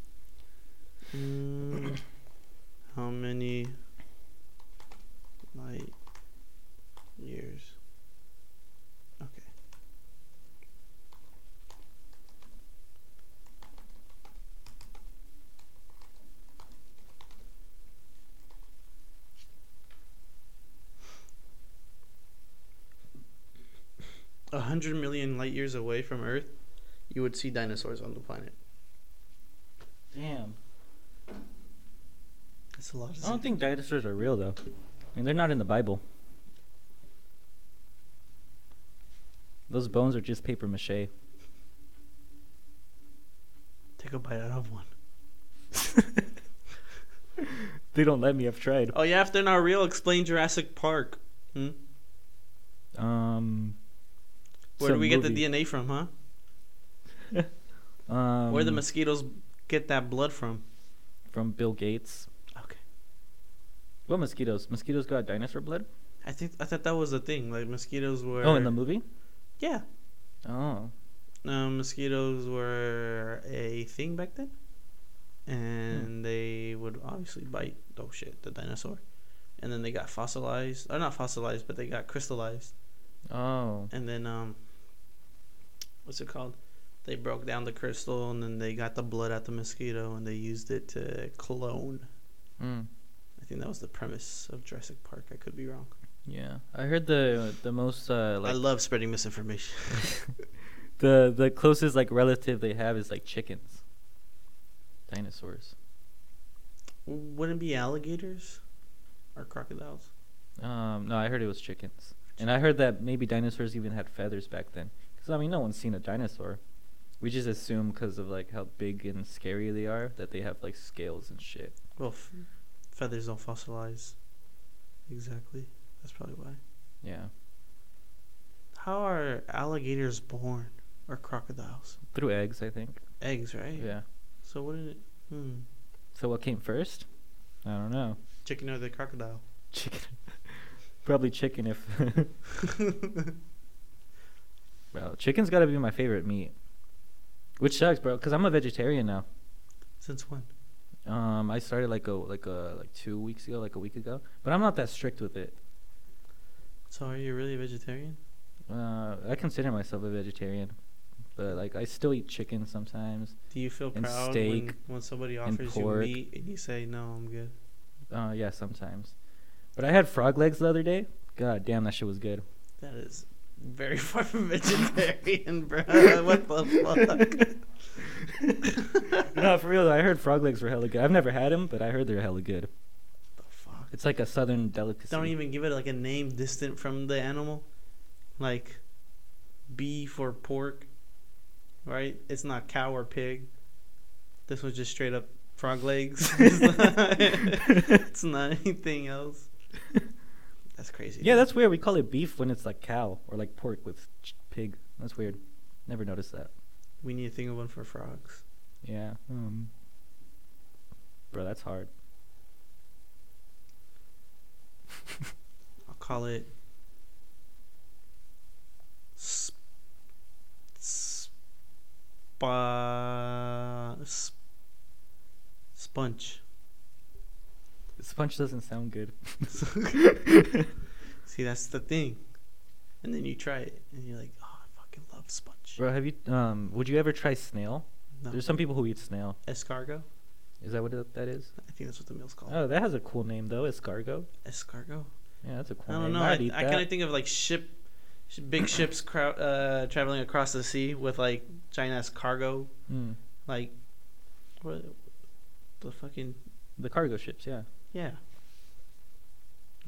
S1: Mm, how many light years? Okay. a hundred million light years away from Earth, you would see dinosaurs on the planet.
S2: Damn.
S1: That's a lot.
S2: I don't think dinosaurs are real though. I mean, they're not in the Bible. Those bones are just paper mache.
S1: Take a bite out of one.
S2: They don't let me. I've tried.
S1: Oh yeah, if they're not real, explain Jurassic Park. Hmm?
S2: Um.
S1: Where do we get the DNA from, huh?
S2: DNA? Um,
S1: Where the mosquitoes get that blood from?
S2: from Bill Gates.
S1: Okay.
S2: What mosquitoes? Mosquitoes got dinosaur blood?
S1: I think I thought that was the thing. Like mosquitoes were.
S2: Oh, in the movie?
S1: yeah.
S2: Oh.
S1: Um, mosquitoes were a thing back then,
S2: Hmm.
S1: and they would obviously bite. Oh shit, the dinosaur, and then they got fossilized. Or not fossilized, but they got crystallized,
S2: Oh.
S1: and then um, what's it called? They broke down the crystal, and then they got the blood out the mosquito, and they used it to clone.
S2: Mm.
S1: I think that was the premise of Jurassic Park. I could be wrong.
S2: Yeah. I heard the the most uh
S1: I
S2: like
S1: love spreading misinformation.
S2: the the closest like relative they have is like chickens. Dinosaurs.
S1: Wouldn't it be alligators or crocodiles?
S2: Um no, I heard it was chickens. And I heard that maybe dinosaurs even had feathers back then. Cuz I mean, no one's seen a dinosaur. We just assume cuz of like how big and scary they are that they have like scales and shit.
S1: Well, f- feathers don't fossilize. Exactly. That's probably why.
S2: Yeah.
S1: How are alligators born or crocodiles?
S2: Through eggs, I think.
S1: Eggs, right?
S2: Yeah.
S1: So what did it? Hmm.
S2: So what came first? I don't know.
S1: Chicken or the crocodile?
S2: Chicken. Probably chicken if Bro, chicken's got to be my favorite meat. Which sucks, bro, cuz I'm a vegetarian now.
S1: Since when?
S2: Um I started like a like a like 2 weeks ago, like a week ago, but I'm not that strict with it.
S1: So are you really a vegetarian?
S2: Uh I consider myself a vegetarian, but like I still eat chicken sometimes.
S1: Do you feel
S2: And
S1: proud when,
S2: steak
S1: when somebody
S2: and
S1: offers you
S2: pork.
S1: meat and you say no, I'm good?
S2: Uh yeah, sometimes. But I had frog legs the other day. God damn, that shit was good.
S1: That is very far from vegetarian, bro. what the fuck?
S2: no, for real. though, I heard frog legs were hella good. I've never had them, but I heard they're hella good.
S1: the fuck?
S2: It's like a southern delicacy.
S1: don't even give it like a name distant from the animal, like beef or pork, right? It's not cow or pig. This was just straight up frog legs. it's, not, it's not anything else. That's crazy.
S2: Yeah,
S1: dude.
S2: that's weird. We call it beef when it's like cow or like pork with ch- pig. That's weird. Never noticed that.
S1: we need to think of one for frogs.
S2: Yeah. Um. Bro, that's hard.
S1: I'll call it. Sp- spa- sp- sponge.
S2: Sponge doesn't sound good.
S1: See, that's the thing. And then you try it, and you're like, oh, I fucking love sponge.
S2: Bro, have you um? Would you ever try snail?
S1: No.
S2: There's some people who eat snail.
S1: escargot.
S2: Is that what it, that is?
S1: I think that's what the meal's called.
S2: Oh, that has a cool name though. Escargot.
S1: escargot.
S2: Yeah, that's a cool
S1: I don't
S2: name.
S1: know.
S2: I'd
S1: I,
S2: eat
S1: I
S2: that.
S1: kind of think of like ship, sh- big ships crow, uh, traveling across the sea with like giant ass cargo,
S2: Mm.
S1: like what the fucking
S2: The cargo ships. Yeah.
S1: yeah.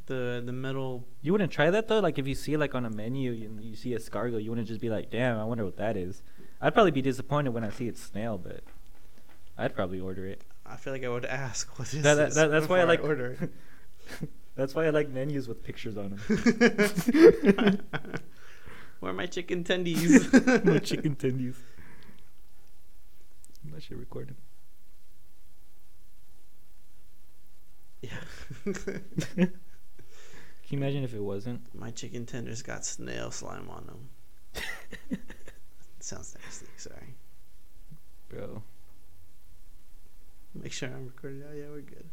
S1: The the metal
S2: You wouldn't try that though. Like if you see like on a menu and you see escargot, you wouldn't just be like, "Damn, I wonder what that is." I'd probably be disappointed when I see it's snail, but I'd probably order it.
S1: I feel like I would ask what is
S2: That- that-
S1: this
S2: that- that's why I
S1: before
S2: like-
S1: order it.
S2: That's why I like menus with pictures on
S1: Where are my chicken tendies?
S2: them. My chicken tendies. That shit recorded. Can you imagine if it wasn't?
S1: my chicken tenders got snail slime on them. Sounds nasty. Sorry.
S2: Bro.
S1: Make sure I'm recorded. Oh yeah, we're good.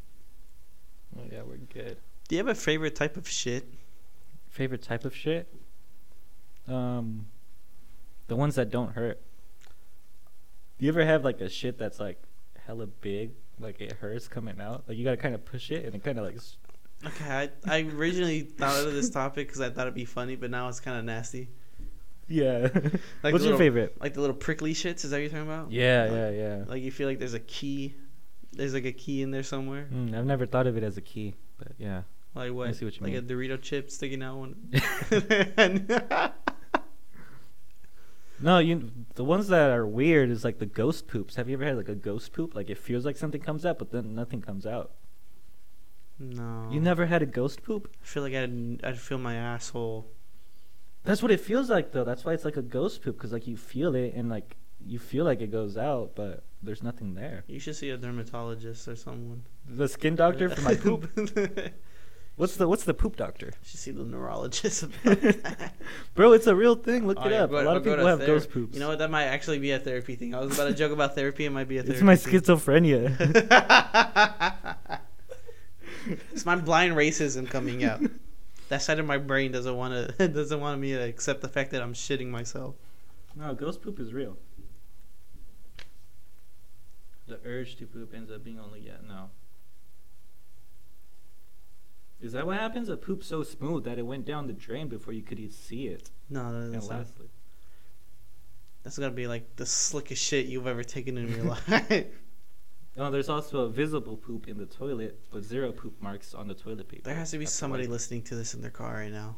S2: Oh yeah, we're good.
S1: Do you have a favorite type of shit?
S2: Favorite type of shit? Um the ones that don't hurt. Do you ever have like a shit that's like hella big, like it hurts coming out? Like you got to kind of push it and it kind of like s-
S1: Okay, I, I originally thought of this topic because I thought it'd be funny, but now it's kind of nasty.
S2: yeah.
S1: Like
S2: What's
S1: the
S2: your
S1: little-
S2: favorite?
S1: Like the little prickly shits, is that what you're talking about?
S2: Yeah, yeah,
S1: Like-
S2: yeah.
S1: Like you feel like there's a key, there's like a key in there somewhere.
S2: Mm, I've never thought of it as a key, but yeah.
S1: Like what?
S2: see what you
S1: like a
S2: mean.
S1: Dorito chip sticking out one.
S2: No, you. The ones that are weird is like the ghost poops. Have you ever had like a ghost poop? Like it feels like something comes out, but then nothing comes out.
S1: no.
S2: You never had a ghost poop?
S1: I feel like I'd I'd feel my asshole.
S2: That's what it feels like though. That's why it's like a ghost poop because like you feel it and like you feel like it goes out, but there's nothing there.
S1: You should see a dermatologist or someone.
S2: The skin doctor for my poop. What's the what's the poop doctor?
S1: should see the neurologist. About that.
S2: Bro, it's a real thing. Look
S1: Oh,
S2: it
S1: yeah,
S2: up.
S1: go-
S2: a lot
S1: I'll
S2: of
S1: go
S2: people
S1: to
S2: have
S1: thera-
S2: ghost poops.
S1: You know what? That might actually be a therapy thing. I was about to joke about therapy. It might be a therapy.
S2: It's my
S1: thing.
S2: schizophrenia.
S1: it's my blind racism coming out. That side of my brain doesn't want to doesn't want me to accept the fact that I'm shitting myself.
S2: No, ghost poop is real. The urge to poop ends up being only yeah, no. Is that what happens? A poop so smooth that it went down the drain before you could even see it.
S1: No,
S2: And
S1: that's, not,
S2: lastly,
S1: that's gonna be like the slickest shit you've ever taken in your life.
S2: oh, there's also a visible poop in the toilet, but zero poop marks on the toilet paper.
S1: There has to be
S2: That's
S1: somebody
S2: why-
S1: listening to this in their car right now.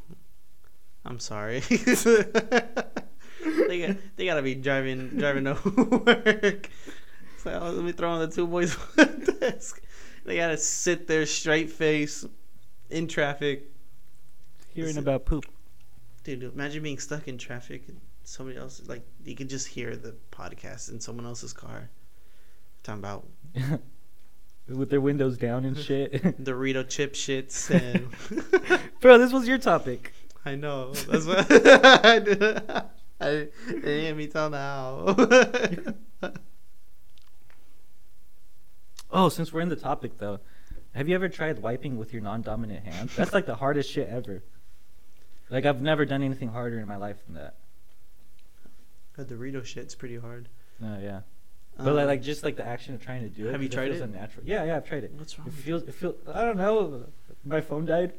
S1: I'm sorry. they got, they gotta be driving driving to work. So oh, let me throw on the two boys on the desk. They gotta sit there straight face in traffic.
S2: Hearing about poop.
S1: Dude, imagine being stuck in traffic and somebody else like you could just hear the podcast in someone else's car. Talking about
S2: With their windows down and shit.
S1: Dorito chip shits and
S2: Bro, this was your topic.
S1: I know. That's what I do. I hit me till now.
S2: Oh, since we're in the topic though, have you ever tried wiping with your non-dominant hand? That's like the hardest shit ever. Like I've never done anything harder in my life than that.
S1: the Dorito shit's pretty hard.
S2: No, Oh, yeah. But like,
S1: Um,
S2: like just like the action of trying to do it.
S1: have you
S2: 'cause
S1: tried
S2: feels
S1: it?
S2: Unnatural. Yeah, yeah, I've tried it.
S1: what's wrong?
S2: It
S1: with
S2: feels. It feels. I don't know. My phone died.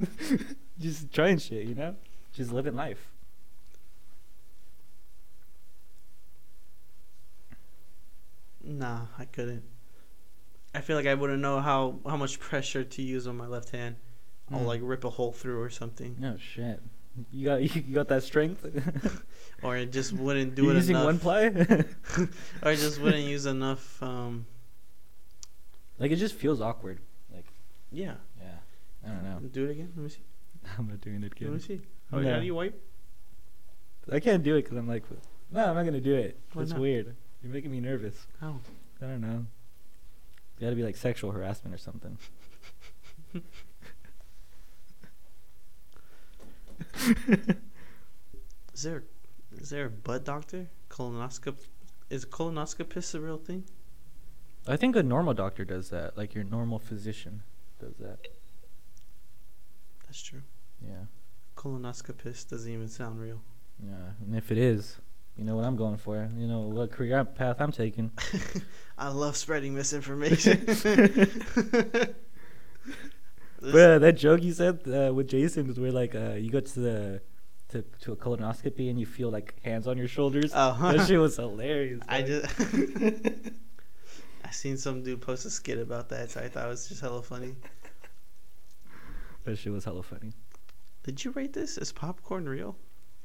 S2: just trying shit, you know. Just living life.
S1: you? Nah, I couldn't. I feel like I wouldn't know how how much pressure to use on my left hand. I'll
S2: Mm.
S1: like rip a hole through or something,
S2: No shit. You got you got that strength.
S1: or it just wouldn't do
S2: You're
S1: it
S2: using
S1: enough.
S2: one ply.
S1: or I just wouldn't use enough. Um,
S2: like it just feels awkward. Like
S1: yeah.
S2: yeah. I don't know.
S1: Do it again. Let me see.
S2: I'm not doing it
S1: Let me
S2: again.
S1: see. How,
S2: No.
S1: how do you wipe?
S2: I can't do it because I'm like, no, I'm not gonna do it.
S1: Why
S2: It's
S1: not?
S2: weird. You're making me nervous.
S1: How?
S2: I don't know. It's gotta be like sexual harassment or something.
S1: Is there is there a butt doctor? Colonoscop is colonoscopist a real thing?
S2: I think a normal doctor does that. Like your normal physician does that.
S1: That's true.
S2: Yeah.
S1: Colonoscopist doesn't even sound real.
S2: Yeah. And if it is, you know what I'm going for. You know what career path I'm taking.
S1: I love spreading misinformation.
S2: Bruh, that joke you said uh, with Jason is where like uh, you go to the to, to a colonoscopy and you feel like hands on your shoulders.
S1: Uh-huh.
S2: That shit was hilarious.
S1: I
S2: dog.
S1: just I seen some dude post a skit about that, so I thought it was just hella funny.
S2: that shit was hella funny.
S1: Did you rate this? Is popcorn real?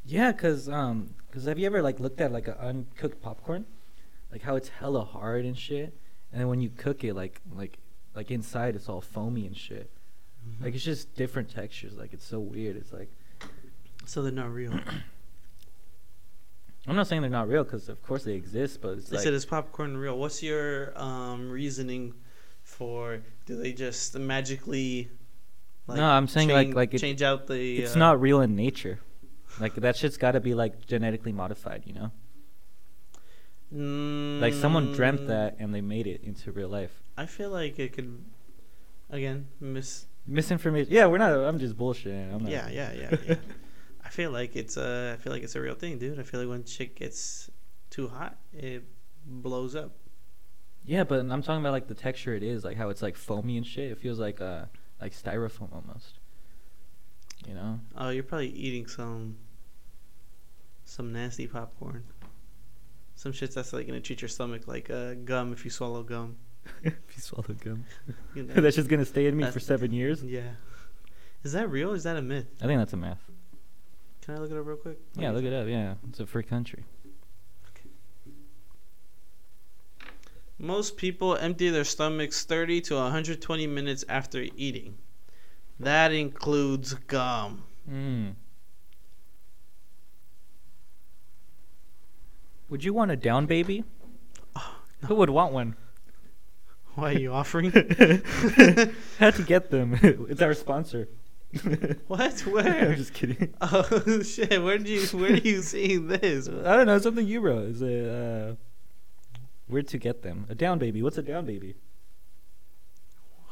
S2: Yeah, cause um, 'cause have you ever like looked at like an uncooked popcorn, like how it's hella hard and shit, and then when you cook it, like like like inside it's all foamy and shit.
S1: Mm-hmm.
S2: Like it's just different textures. Like it's so weird. It's like
S1: So they're not real.
S2: I'm not saying they're not real, cause of course they exist, but it's
S1: They
S2: like
S1: said, "Is popcorn real?" What's your um, reasoning for? Do they just magically?
S2: No, I'm saying, like-
S1: change-
S2: like it-
S1: change out the.
S2: it's
S1: uh,
S2: not real in nature. Like that shit's got to be like genetically modified, you know? Like someone dreamt
S1: Mm,
S2: that and they made it into real life.
S1: I feel like it could. Again, miss.
S2: Misinformation. Yeah, we're not. I'm just bullshitting. I'm not,
S1: Yeah, yeah, yeah, yeah. I feel like it's a. I feel like it's a real thing, dude. I feel like when shit gets too hot, it blows up.
S2: Yeah, but I'm talking about like the texture it is, like how it's like foamy and shit. It feels like uh like styrofoam almost. You know?
S1: Oh, you're probably eating some some nasty popcorn. Some shit that's like gonna treat your stomach like uh, gum if you swallow gum.
S2: if you swallow gum,
S1: You know?
S2: that's just gonna stay in me for
S1: That's-
S2: seven years.
S1: yeah. Is that real? Or is that a myth?
S2: I think that's a myth.
S1: Can I look it up real quick?
S2: Yeah, look it up. Yeah, it's a free country.
S1: Most people empty their stomachs 30 to 120 minutes after eating. That includes gum.
S2: Mm. Would you want a down baby? Who would want one?
S1: Why are you offering?
S2: How'd you get them? it's our sponsor.
S1: what?
S2: I'm
S1: Where?
S2: just kidding.
S1: Oh shit! Where did you? Where are you seeing this?
S2: I don't know. Something you wrote. Is a, uh, where to get them? A down baby. What's a down baby?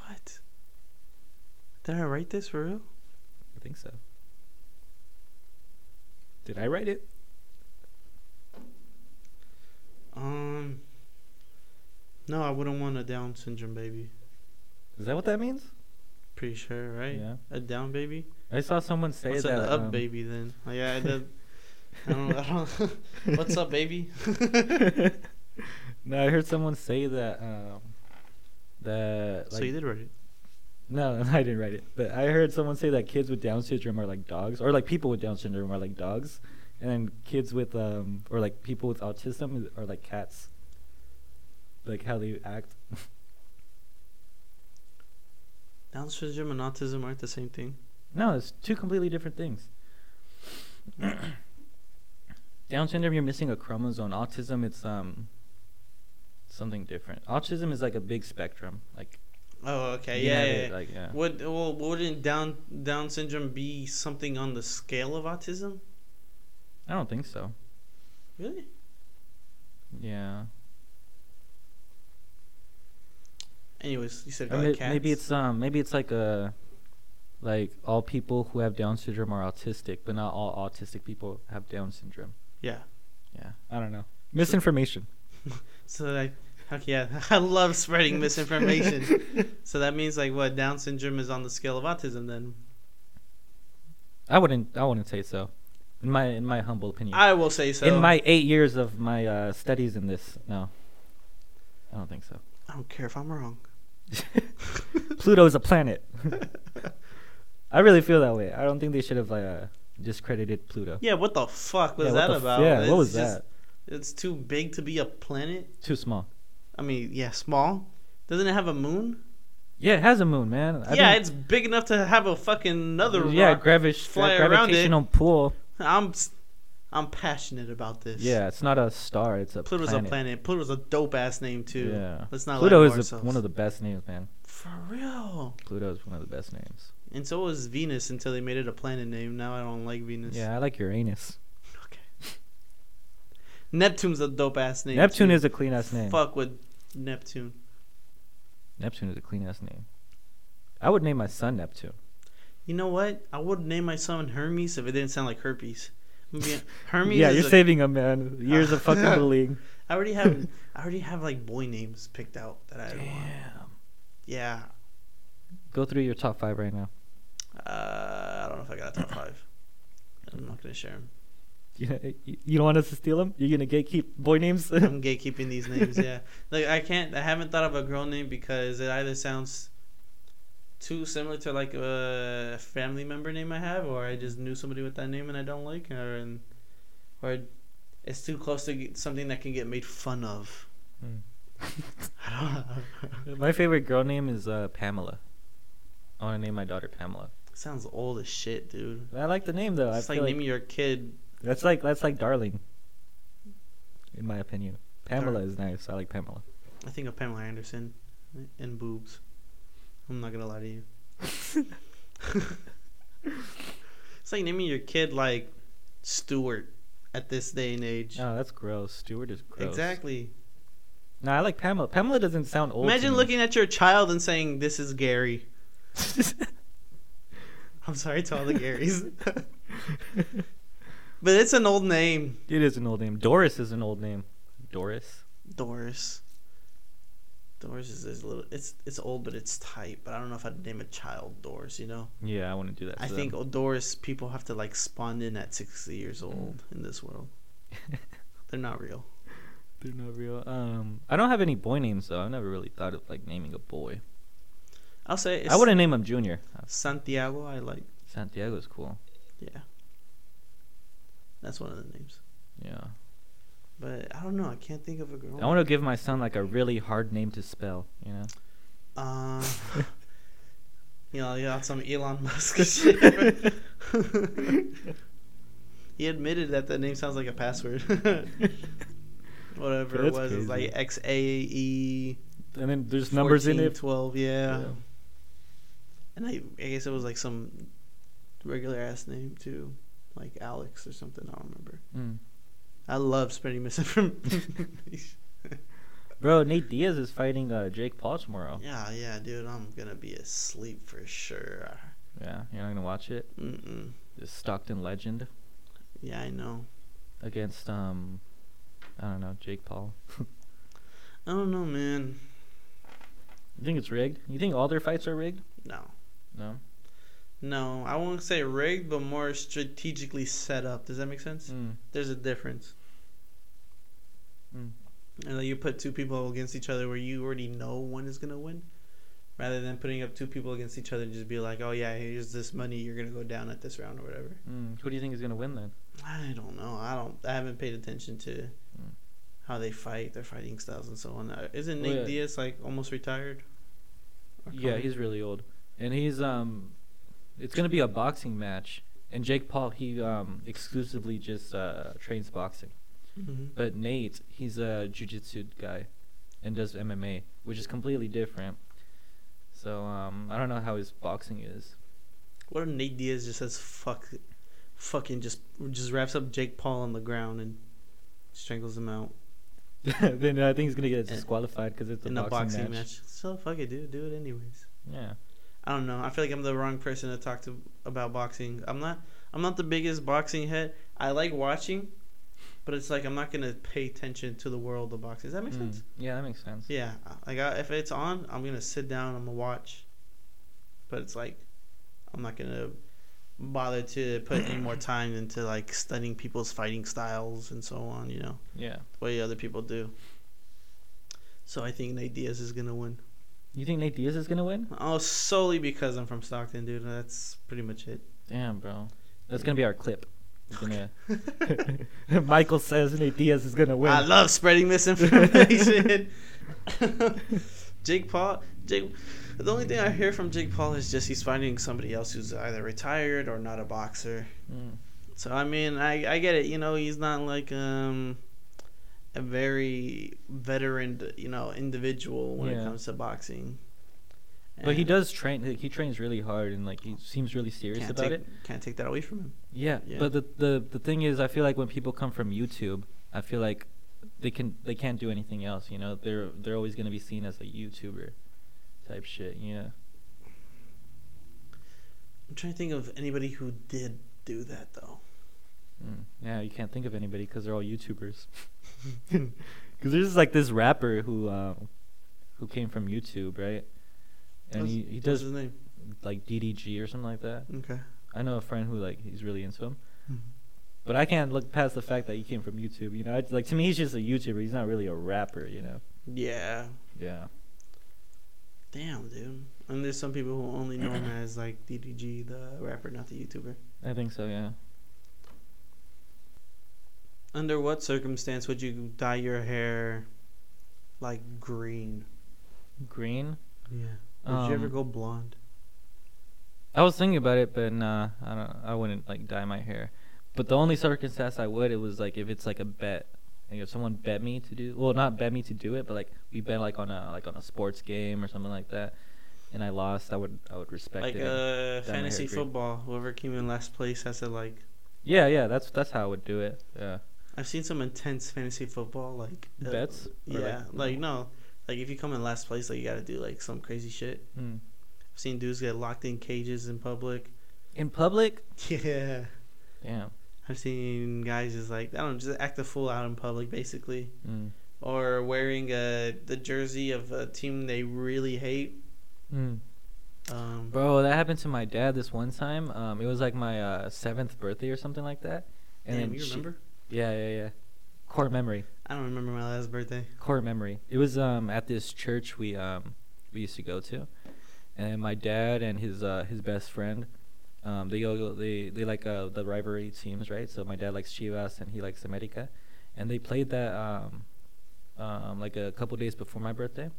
S1: What? Did I write this for real?
S2: I think so. Did I write it?
S1: Um. No, I wouldn't want a Down syndrome baby.
S2: Is that what that means?
S1: Pretty sure, right?
S2: Yeah.
S1: A Down baby.
S2: I saw someone say
S1: What's
S2: that.
S1: an up
S2: um,
S1: baby then? Oh, yeah. That, I don't. I don't. What's up, baby?
S2: no, I heard someone say that. Um, that like,
S1: so you did write it.
S2: no, I didn't write it, but I heard someone say that kids with Down syndrome are like dogs, or like people with Down syndrome are like dogs, and then kids with um or like people with autism are like cats. Like how they act.
S1: Down syndrome and autism aren't the same thing.
S2: No, it's two completely different things. Down syndrome, you're missing a chromosome. Autism, it's um something different. Autism is like a big spectrum. Like
S1: Oh, okay.
S2: you can
S1: Yeah.
S2: have
S1: yeah,
S2: it,
S1: yeah.
S2: like yeah.
S1: Would well wouldn't Down Down syndrome be something on the scale of autism?
S2: I don't think so.
S1: Really?
S2: Yeah.
S1: Anyways, you said
S2: Or
S1: about
S2: may-
S1: cats.
S2: maybe it's um maybe it's like a like all people who have Down syndrome are autistic, but not all autistic people have Down syndrome.
S1: yeah.
S2: Yeah. I don't know. Misinformation.
S1: So like, heck yeah, I love spreading misinformation. so that means like what Down syndrome is on the scale of autism then.
S2: I wouldn't I wouldn't say so. In my in my humble opinion.
S1: I will say so.
S2: in my eight years of my uh, studies in this, no. I don't think so.
S1: I don't care if I'm wrong.
S2: Pluto is a planet. I really feel that way. I don't think they should have like uh, discredited Pluto.
S1: Yeah, what the fuck was
S2: Yeah, what
S1: that
S2: the f-
S1: about?
S2: yeah,
S1: It's
S2: what was
S1: just-
S2: that?
S1: It's too big to be a planet.
S2: Too small.
S1: I mean, yeah, small. Doesn't it have a moon?
S2: Yeah, it has a moon, man. I
S1: yeah,
S2: think-
S1: it's big enough to have a fucking another
S2: yeah,
S1: rock
S2: gravish,
S1: fly around it.
S2: gravitational pull.
S1: I'm s- I'm passionate about this.
S2: Yeah, it's not a star. It's a
S1: Pluto's
S2: planet.
S1: a planet. Pluto's a dope ass name too.
S2: Yeah.
S1: Let's not
S2: Pluto
S1: lie
S2: is
S1: to
S2: a,
S1: ourselves.
S2: one of the best names, man.
S1: For real.
S2: Pluto is one of the best names.
S1: And so was Venus until they made it a planet name. Now I don't like Venus.
S2: Yeah, I like Uranus.
S1: Okay. Neptune's a dope ass name.
S2: Neptune
S1: too.
S2: is a clean ass name.
S1: Fuck with Neptune.
S2: Neptune is a clean ass name. I would name my son Neptune.
S1: You know what? I would name my son Hermes if it didn't sound like herpes. I'm being- Hermes.
S2: yeah,
S1: is
S2: you're
S1: a-
S2: saving him, man. Years of fucking bullying.
S1: I already have. I already have like boy names picked out that I don't want. Yeah.
S2: Go through your top five right now.
S1: Uh, I don't know if I got a top five. I'm not gonna share them.
S2: You, you don't want us to steal them? You're gonna gatekeep boy names?
S1: I'm gatekeeping these names. Yeah, like I can't. I haven't thought of a girl name because it either sounds too similar to like a family member name I have, or I just knew somebody with that name and I don't like, or and or it's too close to get something that can get made fun of.
S2: Hmm.
S1: I don't know.
S2: my favorite girl name is uh, Pamela. I want to name my daughter Pamela.
S1: sounds old as shit, dude.
S2: I like the name though. I
S1: it's like,
S2: feel like
S1: naming your kid.
S2: That's like that's like darling. In my opinion, Pamela
S1: Darling.
S2: is nice. I like Pamela.
S1: I think of Pamela Anderson and boobs. I'm not gonna lie to you. It's like naming your kid like Stewart at this day and age.
S2: No, that's gross. Stewart is Oh, gross.
S1: exactly.
S2: No, I like Pamela. Pamela doesn't sound old. to
S1: Imagine
S2: me.
S1: looking at your child and saying, "This is Gary." I'm sorry to all the Garys, but it's an old name,
S2: it is an old name. Doris is an old name. Doris.
S1: Doris. Doors is this little. It's it's old, but it's tight. But I don't know if I'd name a child Doors. You know.
S2: Yeah, I wouldn't do that.
S1: I
S2: to
S1: think
S2: them.
S1: Doors people have to like spawn in at sixty years old
S2: Mm.
S1: in this world. They're not real.
S2: they're not real. Um, I don't have any boy names though. I've never really thought of like naming a boy.
S1: I'll say. It's
S2: I wouldn't name him Junior. Uh,
S1: Santiago. I like.
S2: Santiago's cool.
S1: Yeah. That's one of the names.
S2: Yeah.
S1: But I don't know. I can't think of a girl.
S2: I want to give my son like a really hard name to spell. You know.
S1: Um, you know, you got some Elon Musk shit. he admitted that that name sounds like a password. Whatever it
S2: That's
S1: was, it's
S2: crazy.
S1: like X A E.
S2: And then there's numbers in it.
S1: Twelve, yeah.
S2: Yeah.
S1: And I, I guess it was like some regular ass name too, like Alex or something. I don't remember.
S2: Mm.
S1: I love spreading misinformation.
S2: Bro, Nate Diaz is fighting uh, Jake Paul tomorrow.
S1: yeah, yeah, dude, I'm gonna be asleep for sure.
S2: Yeah, you're not gonna watch it.
S1: Mm-mm.
S2: This Stockton legend
S1: Yeah, I know.
S2: against um, I don't know, Jake Paul.
S1: I don't know, man.
S2: You think it's rigged? You think all their fights are rigged?
S1: No.
S2: No.
S1: No, I won't say rigged, but more strategically set up. Does that make sense?
S2: Mm.
S1: There's a difference.
S2: Mm.
S1: And like you put two people against each other where you already know one is gonna win, rather than putting up two people against each other and just be like, oh yeah, here's this money, you're gonna go down at this round or whatever.
S2: Mm. Who do you think is gonna win then?
S1: I don't know. I don't. I haven't paid attention to
S2: Mm.
S1: how they fight, their fighting styles, and so on. Uh, Isn't
S2: Well,
S1: Nate
S2: Oh, yeah.
S1: Diaz like almost retired? Or
S2: Yeah,
S1: coming?
S2: he's really old, and he's um, it's gonna be a boxing match. And Jake Paul, he um, exclusively just uh, trains boxing.
S1: Mhm.
S2: But Nate, he's a jujitsu guy, and does MMA, which is completely different. So um, I don't know how his boxing is.
S1: What if Nate Diaz just says fuck, fucking just just wraps up Jake Paul on the ground and strangles him out
S2: then I think he's gonna get
S1: In-
S2: disqualified because it's a
S1: in a
S2: boxing,
S1: boxing match.
S2: match.
S1: So fuck it, dude. Do it anyways.
S2: Yeah.
S1: I don't know. I feel like I'm the wrong person to talk to about boxing. I'm not. I'm not the biggest boxing head. I like watching, but it's like I'm not gonna pay attention to the world of boxing. Does that make
S2: Mm.
S1: sense?
S2: Yeah, that makes sense.
S1: Yeah. Like I, if it's on, I'm gonna sit down. I'm gonna watch. But it's like, I'm not gonna bother to put any more time into like studying people's fighting styles and so on. You know,
S2: Yeah.
S1: the way other people do. So I think Nate Diaz is gonna win.
S2: You think Nate Diaz is gonna win?
S1: Oh, solely because I'm from Stockton, dude. That's pretty much it.
S2: Damn, bro. That's gonna be our clip. It's gonna- Michael says Nate Diaz is gonna win.
S1: I love spreading misinformation. Jake Paul, Jake. The only thing I hear from Jake Paul is just he's finding somebody else who's either retired or not a boxer.
S2: Mm.
S1: So I mean, I I get it. You know, he's not like um a very veteran, you know, individual when it
S2: Yeah.
S1: comes to boxing.
S2: But he
S1: And
S2: does train. Like, he trains really hard, and like he seems really serious
S1: Can't
S2: about
S1: take,
S2: it.
S1: Can't take that away from him.
S2: Yeah,
S1: Yeah.
S2: But the, the the thing is, I feel like when people come from YouTube, I feel like they can they can't do anything else. You know, they're they're always gonna be seen as a YouTuber type shit. Yeah.
S1: I'm trying to think of anybody who did do that though.
S2: Mm. Yeah, you can't think of anybody because they're all YouTubers. Because there's like this rapper who uh, who came from YouTube, right? And
S1: What's-
S2: he, he
S1: what's
S2: does
S1: his name.
S2: like DDG or something like that.
S1: Okay.
S2: I know a friend who like he's really into him,
S1: Mhm.
S2: but I can't look past the fact that he came from YouTube. You know, it's like to me he's just a YouTuber. He's not really a rapper. You know.
S1: Yeah.
S2: Yeah.
S1: Damn, dude. And there's some people who only know him as like DDG, the rapper, not the YouTuber.
S2: I think so. Yeah.
S1: Under what circumstance would you dye your hair like green?
S2: Green.
S1: Yeah. Would you ever
S2: Um,
S1: go blonde?
S2: I was thinking about it, but nah, I don't. I wouldn't like dye my hair. But the only circumstance I would it was like if it's like a bet, like if someone bet me to do well, not bet me to do it, but like we bet like on a like on a sports game or something like that, and I lost, I would I would respect
S1: Like
S2: it. and-
S1: uh,
S2: dye my
S1: fantasy
S2: hair green.
S1: football. Whoever came in last place has to like.
S2: yeah, yeah, that's that's how I would do it. Yeah.
S1: I've seen some intense fantasy football like uh,
S2: Bets? Or, like,
S1: Yeah, like, no, like if you come in last place, like you gotta do like some crazy shit.
S2: Mm.
S1: I've seen dudes get locked in cages in public.
S2: In public.
S1: Yeah.
S2: Damn.
S1: I've seen guys just like I don't know, just act a fool out in public basically.
S2: Mm.
S1: or wearing a the jersey of a team they really hate.
S2: Mm.
S1: Um,
S2: Bro, that happened to my dad this one time. Um, it was like my uh, seventh birthday or something like that.
S1: damn,
S2: then
S1: you
S2: she-
S1: remember?
S2: yeah, yeah, yeah. Core memory.
S1: I don't remember my last birthday.
S2: Core memory. It was um at this church we um we used to go to, and my dad and his uh his best friend, um they go they they like uh the rivalry teams right. So my dad likes Chivas and he likes America, and they played that um um like a couple days before my birthday.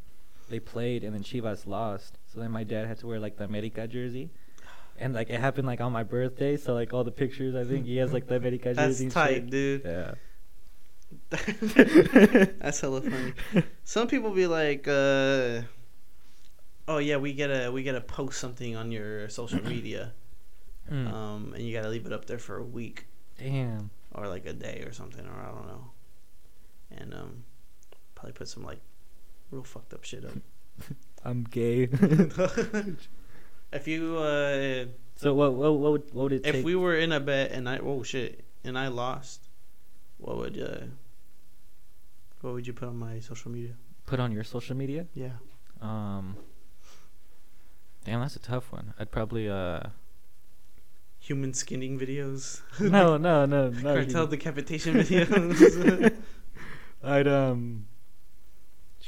S2: They played and then Chivas lost. So then my dad had to wear like the America jersey. And like it happened like on my birthday, so like all the pictures I think he has like the America
S1: That's
S2: jersey. and
S1: tight,
S2: shit.
S1: dude.
S2: Yeah.
S1: That's hella funny. Some people be like, uh, "Oh yeah, we gotta we gotta post something on your social media,
S2: Mm.
S1: um, and you gotta leave it up there for a week
S2: Damn.
S1: or like a day or something, or I don't know." And um, probably put some like real fucked up shit
S2: I'm gay.
S1: up. if you uh,
S2: so what what what would, what would it
S1: if
S2: take?
S1: we were in a bet and I oh shit and I lost, what would uh, what would you put on my social media?
S2: put on your social media?
S1: Yeah.
S2: Um Damn, that's a tough one. I'd probably uh
S1: human skinning videos.
S2: No, no, no, no.
S1: Cartel decapitation videos.
S2: I'd um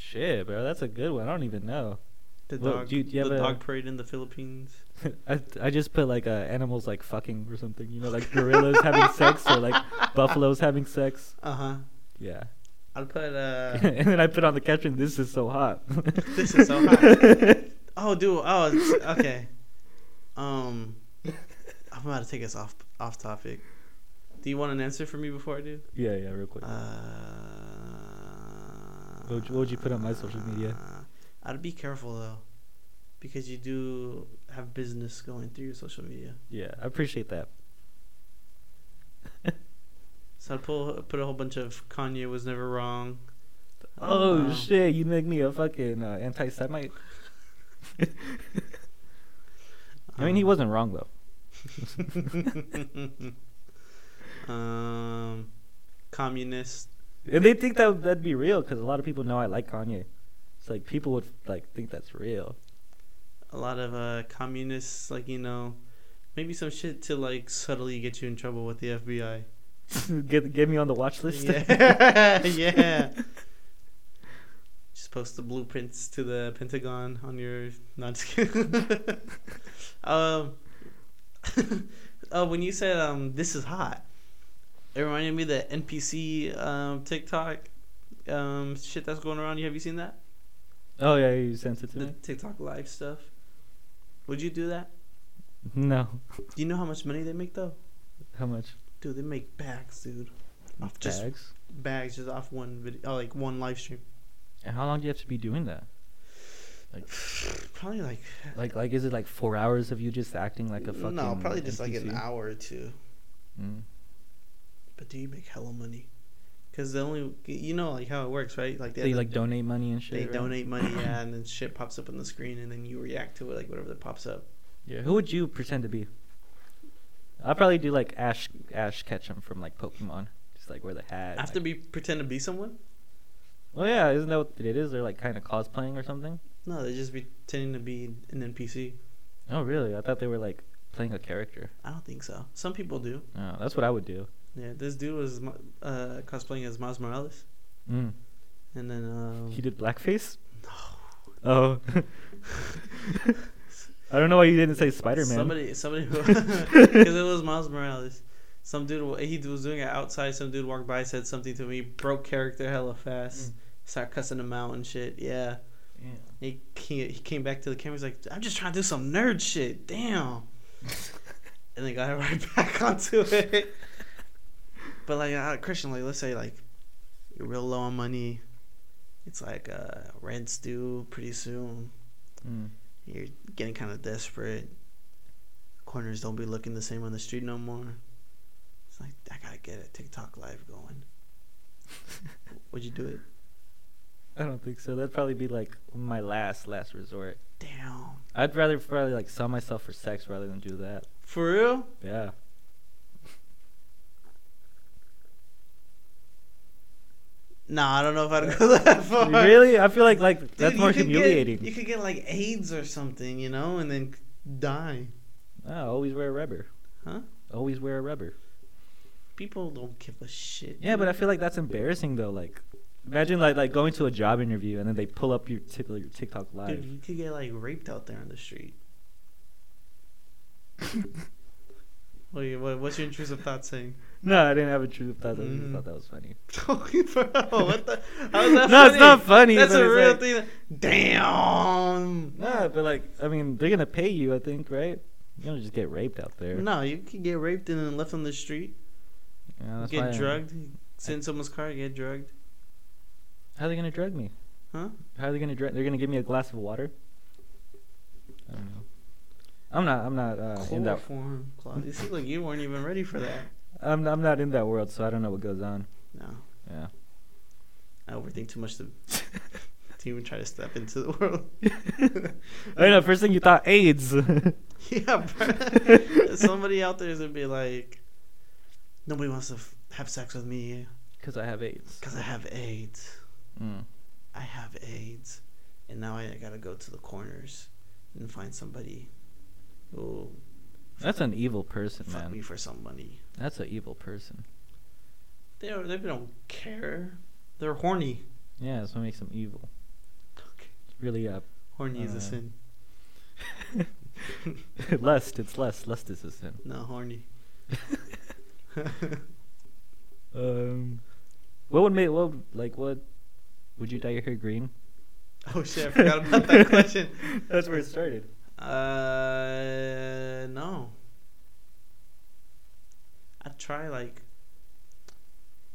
S2: Shit, bro, that's a good one. I don't even know.
S1: the
S2: Well,
S1: dog,
S2: dude, do you
S1: the
S2: have a-
S1: dog parade in the Philippines.
S2: I I just put like uh, animals like fucking or something, you know, like gorillas having sex or like buffaloes having sex.
S1: Uh huh.
S2: Yeah.
S1: I'll put uh.
S2: and then I put on the caption, "This is so hot."
S1: this is so hot. Oh, dude. Oh, it's- okay. Um, I'm about to take us off off topic. Do you want an answer for me before I do?
S2: yeah, yeah, real quick.
S1: Uh,
S2: What would you- what would you put on my social media?
S1: I'd be careful though, because you do have business going through your social media.
S2: yeah, I appreciate that.
S1: So I pull, put a whole bunch of Kanye was never wrong.
S2: Oh
S1: Um,
S2: shit, you make me a fucking uh, anti Semite. I mean, he
S1: um,
S2: wasn't wrong though.
S1: um, communist.
S2: And they think that that'd be real because a lot of people know I like Kanye. It's like people would like think that's real.
S1: A lot of uh, communists, like you know, maybe some shit to like subtly get you in trouble with the FBI.
S2: get get me on the watch list.
S1: Yeah, yeah. Just post the blueprints to the Pentagon on your. Not just kidding. um. oh, when you said um, this is hot, it reminded me of the NPC um, TikTok um, shit that's going around. You have you seen that?
S2: oh yeah, you sent it to
S1: The
S2: me.
S1: TikTok live stuff. Would you do that?
S2: No,
S1: Do you know how much money they make though?
S2: how much?
S1: Dude, they make bags, dude. Off just
S2: Bags.
S1: bags, just off one video, oh, like one live stream.
S2: And how long do you have to be doing that?
S1: Probably like
S2: Like like is it like four hours of you just acting like a fucking?
S1: no, probably just like an
S2: NPC?
S1: hour or two.
S2: Mm.
S1: But do you make hella money? Because the only you know like how it works, right? Like
S2: They
S1: have
S2: like
S1: to-
S2: donate money and shit.
S1: they
S2: right?
S1: donate money, yeah, and then shit pops up on the screen, and then you react to it like whatever that pops up.
S2: Yeah, who would you pretend to be? I'd probably do like Ash Ash Ketchum from like Pokemon. Just like wear the hat.
S1: I have to be pretend to be someone.
S2: Well, yeah, isn't that what it is? They're like kind of cosplaying or something.
S1: No, they just be pretending to be an NPC.
S2: Oh, really? I thought they were like playing a character.
S1: I don't think so. Some people do.
S2: Oh, that's what I would do.
S1: Yeah, this dude was Mo- uh, cosplaying as Miles Morales,
S2: Mm.
S1: and then um,
S2: He did blackface. No. Oh. I don't know why you didn't say Spider Man.
S1: Somebody, somebody, because it was Miles Morales. Some dude, wa- he was doing it outside. Some dude walked by, said something to me, broke character hella
S2: Mm.
S1: fast, started cussing him out and shit. Yeah, he he, he came back to the camera. He's like, "I'm just trying to do some nerd shit." Damn. and then got right back onto it. but like uh, Christian, like let's say like you're real low on money. It's like uh, rent's due pretty soon
S2: Mm.
S1: you're getting kind of desperate. Corners don't be looking the same on the street no more. It's like I gotta get a TikTok live going. Would you do it?
S2: I don't think so. That'd probably be like my last last resort.
S1: Damn.
S2: I'd rather probably like sell myself for sex rather than do that.
S1: For real?
S2: Yeah.
S1: Nah, I don't know if I'd go that far.
S3: really? I feel like like
S1: Dude,
S3: that's
S1: you
S3: more
S1: could get-
S3: humiliating.
S1: you could get like AIDS or something, you know, and then die.
S2: Ah, always wear a rubber.
S1: Huh?
S2: Always wear a rubber.
S1: People don't give a shit.
S2: Yeah,
S1: dude.
S2: but I feel like that's embarrassing though. Like, imagine like like going to a job interview and then they pull up your tick, your TikTok
S1: Dude,
S2: live.
S1: you could get like raped out there on the street. what, you- what, what's your intrusive thought saying?
S2: No, I didn't have a true thought. I just
S1: Mm.
S2: thought that was funny.
S1: Talking bro, what the? How is that
S2: No, it's not funny,
S1: That's
S2: but
S1: a
S2: it's
S1: real
S2: like-
S1: thing. Damn.
S2: Nah, but like I mean, they're gonna pay you. I think right. You're gonna just get raped out there.
S1: No, you could get raped and then left on the street.
S2: Yeah, that's
S1: get
S2: why I-
S1: drugged. Sit in someone's car. Get drugged.
S2: How are they gonna drug me?
S1: Huh?
S2: How are they gonna drug? They're gonna give me a glass of water. I don't know. I'm not. I'm not uh, in that.
S1: Chloroform, Claude. You see, like you weren't even ready for that.
S2: I'm. I'm not in that world, so I don't know what goes on.
S1: No,
S2: Yeah.
S1: I overthink too much to, to even try to step into the world.
S2: I know. First thing you thought AIDS.
S1: Yeah, bro. somebody out there is gonna be like, nobody wants to f- have sex with me
S2: Because I have AIDS.
S1: because I have AIDS.
S2: Mm.
S1: I have AIDS, and now I gotta go to the corners and find somebody who
S2: That's an evil person,
S1: fuck me
S2: man.
S1: for some money.
S2: That's an evil person.
S1: They don't, they don't care. They're horny.
S2: Yeah, that's what makes them evil.
S1: Okay.
S2: It's really uh,
S1: Horny is
S2: Uh,
S1: a sin.
S2: lust. It's lust. Lust is a sin.
S1: No, horny.
S2: Um, what would make what would- like what? Would you dye your hair green?
S1: oh shit! I forgot about that question.
S2: That's where it started.
S1: Uh, no. I'd try like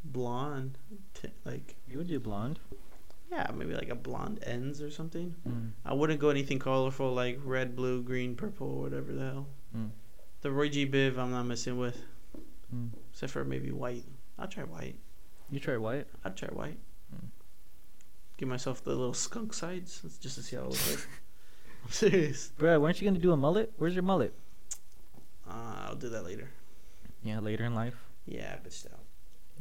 S1: blonde, t- like
S2: You would do blonde.
S1: yeah, maybe like a blonde ends or something.
S2: Mm,
S1: I wouldn't go anything colorful like red, blue, green, purple, or whatever the hell.
S2: Mm.
S1: The Roy G Biv, I'm not messing with,
S2: Mm.
S1: except for maybe white. I'll try white.
S2: You try white.
S1: I'd try white.
S2: Mm.
S1: Give myself the little skunk sides just to see how it looks like. I'm serious.
S2: Bruh, weren't you gonna do a mullet? Where's your mullet?
S1: Uh, I'll do that later.
S2: Yeah, later in life.
S1: Yeah, but still.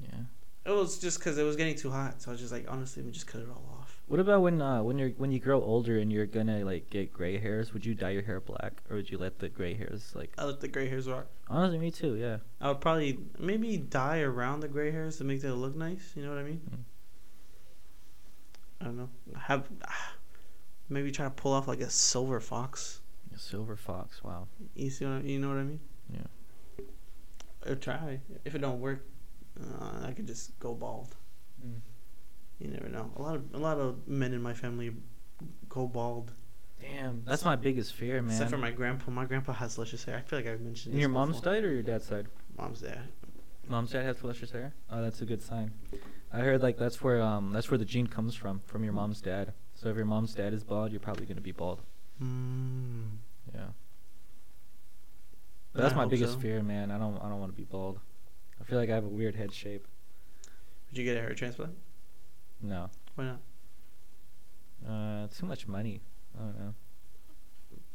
S2: Yeah.
S1: It was just because it was getting too hot, so I was just like, honestly, we just cut it all off.
S2: What about when uh when you're when you grow older and you're gonna like get gray hairs? Would you dye your hair black or would you let the gray hairs like?
S1: I let the gray hairs rock.
S2: Honestly, me too. Yeah.
S1: I would probably maybe dye around the gray hairs to make that look nice. You know what I mean?
S2: Mm.
S1: I don't know. Have maybe try to pull off like a silver fox.
S2: A silver fox. Wow.
S1: You see what I, you know what I mean?
S2: Yeah.
S1: Or try. If it don't work, uh, I could just go bald.
S2: Mm.
S1: You never know. A lot of a lot of men in my family go bald.
S2: Damn. That's my biggest fear, man.
S1: Except for my grandpa. My grandpa has luscious hair. I feel like I've mentioned this.
S2: your mom's
S1: before.
S2: side or your dad's side?
S1: Mom's dad.
S2: Mom's dad has luscious hair. Oh, that's a good sign. I heard like that's where um that's where the gene comes from from your mom's dad. So if your mom's dad is bald, you're probably gonna be bald.
S1: Mm.
S2: Yeah.
S1: I
S2: But that's my
S1: hope
S2: biggest
S1: so.
S2: fear, man. I don't I don't want to be bald. I feel like I have a weird head shape.
S1: Would you get a hair transplant?
S2: No.
S1: Why not?
S2: Uh, too much money. I don't know.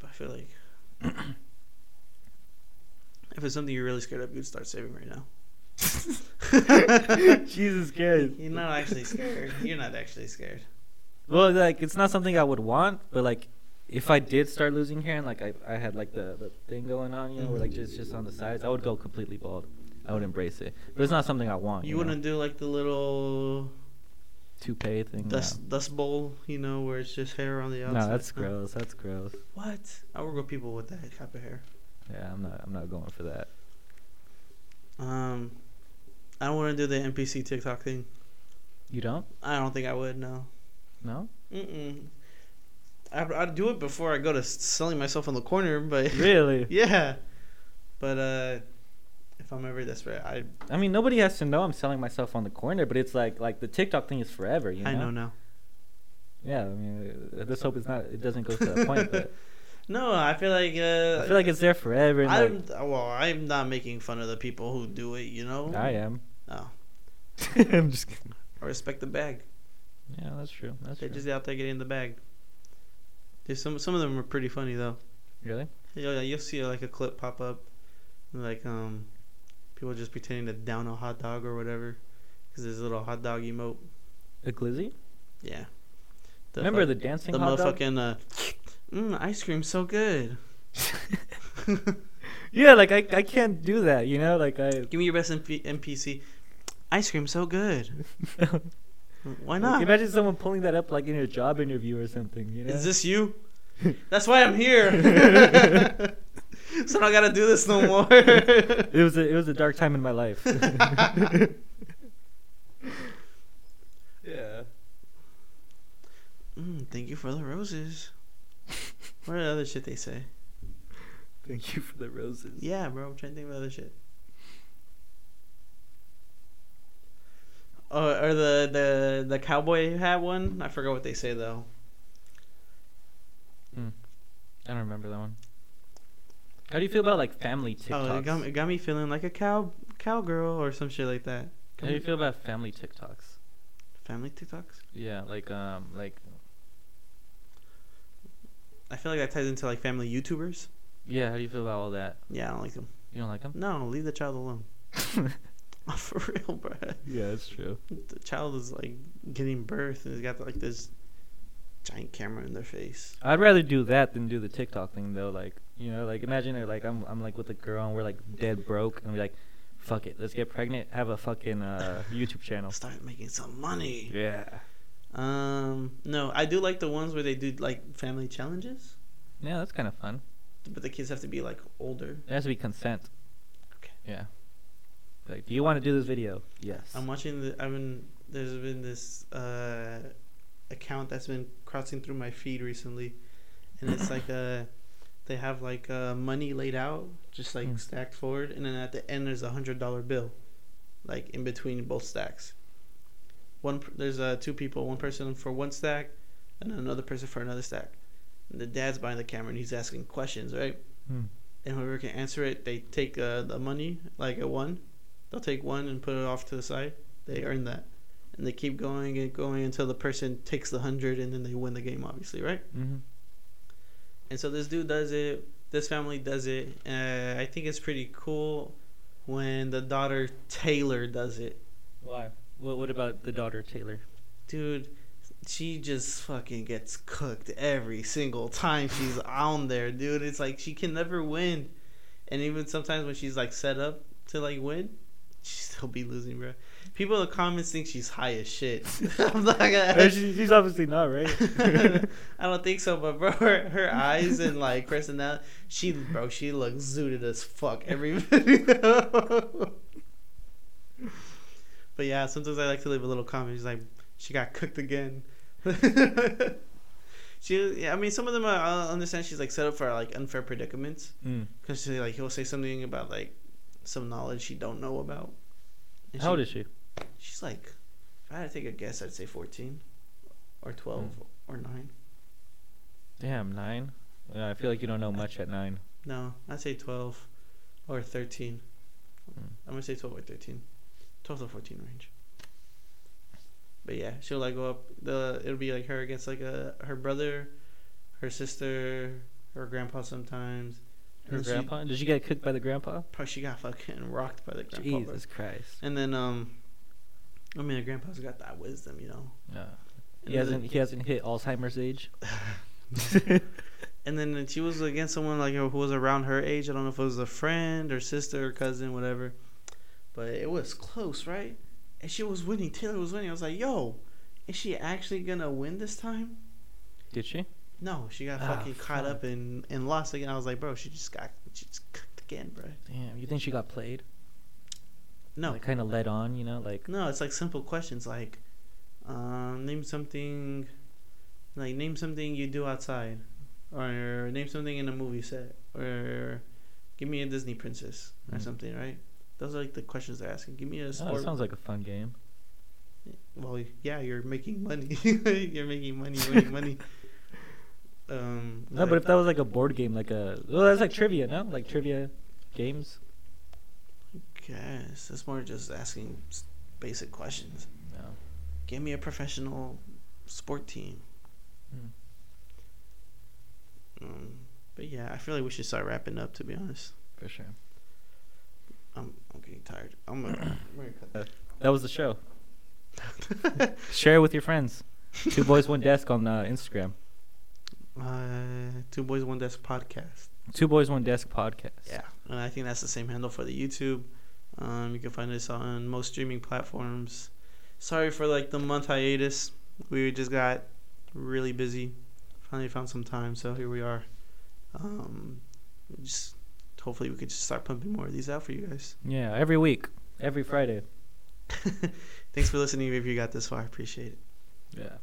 S1: I feel like if it's something you're really scared of, you'd start saving right now.
S2: Jesus Christ.
S1: You're not actually scared. You're not actually scared.
S2: Well, like it's not something I would want, but like if I did start losing hair and like I, I had like the, the thing going on, you know, where like just just on the sides, I would go completely bald. I would embrace it, but it's not something I want.
S1: You
S2: You, wouldn't
S1: wouldn't do like the little
S2: toupee thing. No.
S1: dust dust bowl, you know, where it's just hair on the outside.
S2: no, that's
S1: huh?
S2: gross. That's gross.
S1: What? I work with people with that type of hair.
S2: Yeah, I'm not I'm not going for that.
S1: Um, I don't want to do the NPC TikTok thing.
S2: You don't?
S1: I don't think I would. No.
S2: No.
S1: Mm-mm. I, I'd do it before I go to s- selling myself on the corner, but
S2: Really?
S1: yeah. But uh, if I'm ever desperate, I
S2: I mean, nobody has to know I'm selling myself on the corner, but it's like like the TikTok thing is forever. You know?
S1: I know now.
S2: Yeah, I mean, uh, let's hope it's not. It doesn't go to that point, but
S1: No, I feel like uh,
S2: I feel like it's there forever. and,
S1: I'm well. I'm not making fun of the people who do it. You know.
S2: like, I am.
S1: Oh.
S2: I'm just kidding.
S1: I respect the bag.
S2: Yeah, that's true. That's
S1: They're
S2: true.
S1: just out there getting the bag. There's some some of them are pretty funny though.
S2: Really?
S1: You'll, you'll see like a clip pop up, like um, people just pretending to down a hot dog or whatever, because there's a little hot dog emote.
S4: A glizzy?
S1: Yeah.
S2: Remember
S1: fuck-
S2: the dancing
S1: the
S2: hot dog?
S1: motherfucking uh, mm, ice cream so good.
S2: Yeah, like I, I can't do that, you know? Like I
S1: Give me your best MP- NPC. Ice cream so good. Why not?
S2: Like, imagine someone pulling that up like in a job interview or something, you know?
S1: Is this you? That's why I'm here. so I don't gotta do this no more.
S2: it was a it was a dark time in my life. yeah.
S1: mm, thank you for the roses. What other shit they say?
S2: Thank you for the roses.
S1: Yeah, bro, I'm trying to think of other shit. Oh, or the, the the cowboy hat one. I forgot what they say though.
S2: I don't remember that one. How do you feel about like family TikToks?
S1: Oh, it got, me- it got me feeling like a cow cowgirl or some shit like that.
S2: How do you feel about family TikToks?
S1: Family TikToks.
S2: Yeah, like um like
S1: I feel like that ties into like family YouTubers.
S2: yeah, how do you feel about all that?
S1: Yeah, I don't like them.
S2: You don't like them?
S1: No, leave the child alone. For real, bruh.
S2: Yeah, that's true.
S1: The child is like getting birth and he's got like this giant camera in their face.
S2: I'd rather do that than do the TikTok thing though. Like you know, like imagine it, like I'm I'm like with a girl and we're like dead broke and we're like, fuck it, let's get pregnant, have a fucking uh, YouTube channel.
S1: Start making some money.
S2: Yeah.
S1: Um, no, I do like the ones where they do like family challenges,
S2: Yeah, that's kind of fun.
S1: but the kids have to be like older.
S2: It has to be consent.
S1: Okay.
S2: Yeah. Like, do you want to do this video? Yes.
S1: I'm watching the. I've been there's been this uh, account that's been crossing through my feed recently, and it's like uh they have like uh, money laid out, just like
S2: Mm.
S1: stacked forward, and then at the end there's a hundred dollar bill, like in between both stacks. One per- there's uh two people, one person for one stack, and another person for another stack. And the dad's behind the camera and he's asking questions, right?
S2: Mm.
S1: and whoever can answer it, they take uh, the money, like a one. They'll take one and put it off to the side. They earn that, and they keep going and going until the person takes the hundred, and then they win the game, obviously, right?
S2: Mm-hmm.
S1: And so this dude does it. This family does it. Uh, I think it's pretty cool when the daughter Taylor does it.
S2: Why? What, what about the daughter Taylor?
S1: Dude, she just fucking gets cooked every single time she's on there, dude. It's like she can never win. And even sometimes when she's like set up to like win, she still be losing, bro. People in the comments think she's high as shit. I'm not gonna.
S2: she's obviously not, right?
S1: I don't think so, but bro, her, her eyes and like personality, she bro, she looks zooted as fuck every video. but yeah, sometimes I like to leave a little comment. She's like, she got cooked again. she, yeah, I mean, some of them I I'll understand. She's like set up for like unfair predicaments
S2: mm.
S1: because she like he'll say something about like some knowledge she don't know about. And
S2: How
S1: she-
S2: old is she?
S1: She's like, if I had to take a guess, I'd say 14 or 12
S2: Hmm.
S1: or 9.
S2: Damn, nine. Yeah, I feel like you don't know much at nine.
S1: No, I'd say 12 or 13.
S2: Hmm.
S1: I'm going to say 12 or 13. 12 or 14 range. But yeah, she'll like go up. The It'll be like her against like a, her brother, her sister, her grandpa sometimes.
S2: Her
S1: And she-
S2: grandpa? Did she get cooked by the grandpa?
S1: Probably she got fucking rocked by the grandpa. bro.
S2: Jesus Christ.
S1: And then, um, I mean, the grandpa's got that wisdom, you know.
S2: Yeah.
S1: And
S2: He
S1: then-
S2: hasn't he hasn't hit Alzheimer's age.
S1: And then she was against someone like who was around her age. I don't know if it was a friend or sister or cousin, whatever. But it was close, right? And she was winning. Taylor was winning. I was like, yo, is she actually gonna win this time?
S2: Did she?
S1: No, she got
S2: Ah,
S1: fucking caught
S2: fuck.
S1: up and, and lost again. I was like, bro, she just got she just cooked again, bro.
S2: Damn. You think she got played?
S1: No,
S2: Like, kind of led on, you know, like.
S1: no, it's like simple questions like, um, name something, like name something you do outside, or name something in a movie set, or give me a Disney princess or
S2: Mm.
S1: something, right? Those are like the questions they're asking. Give me a
S2: Oh,
S1: sport.
S2: that sounds like a fun game.
S1: well, yeah, you're making money. you're making money. You're making money. Um,
S2: No, but if that was like a board game, like a well, that's like trivia, no? Like trivia games.
S1: guess it's more just asking s- basic questions.
S2: No.
S1: Give me a professional sport team.
S2: Mm.
S1: Um, but yeah, I feel like we should start wrapping up. To be honest,
S2: For sure.
S1: I'm I'm getting tired. I'm gonna, I'm gonna cut
S2: That was the show. Share it with your friends. Two boys, one desk on uh, Instagram.
S1: Uh, Two Boys One Desk podcast.
S2: Two boys, one desk podcast.
S1: Yeah, and I think that's the same handle for the YouTube. Um, you can find us on most streaming platforms. Sorry for like the month hiatus. We just got really busy. Finally found some time, so here we are. Um, just hopefully we could just start pumping more of these out for you guys.
S2: Yeah. Every week, every Friday.
S1: Thanks for listening if you got this far. I appreciate it.
S2: Yeah.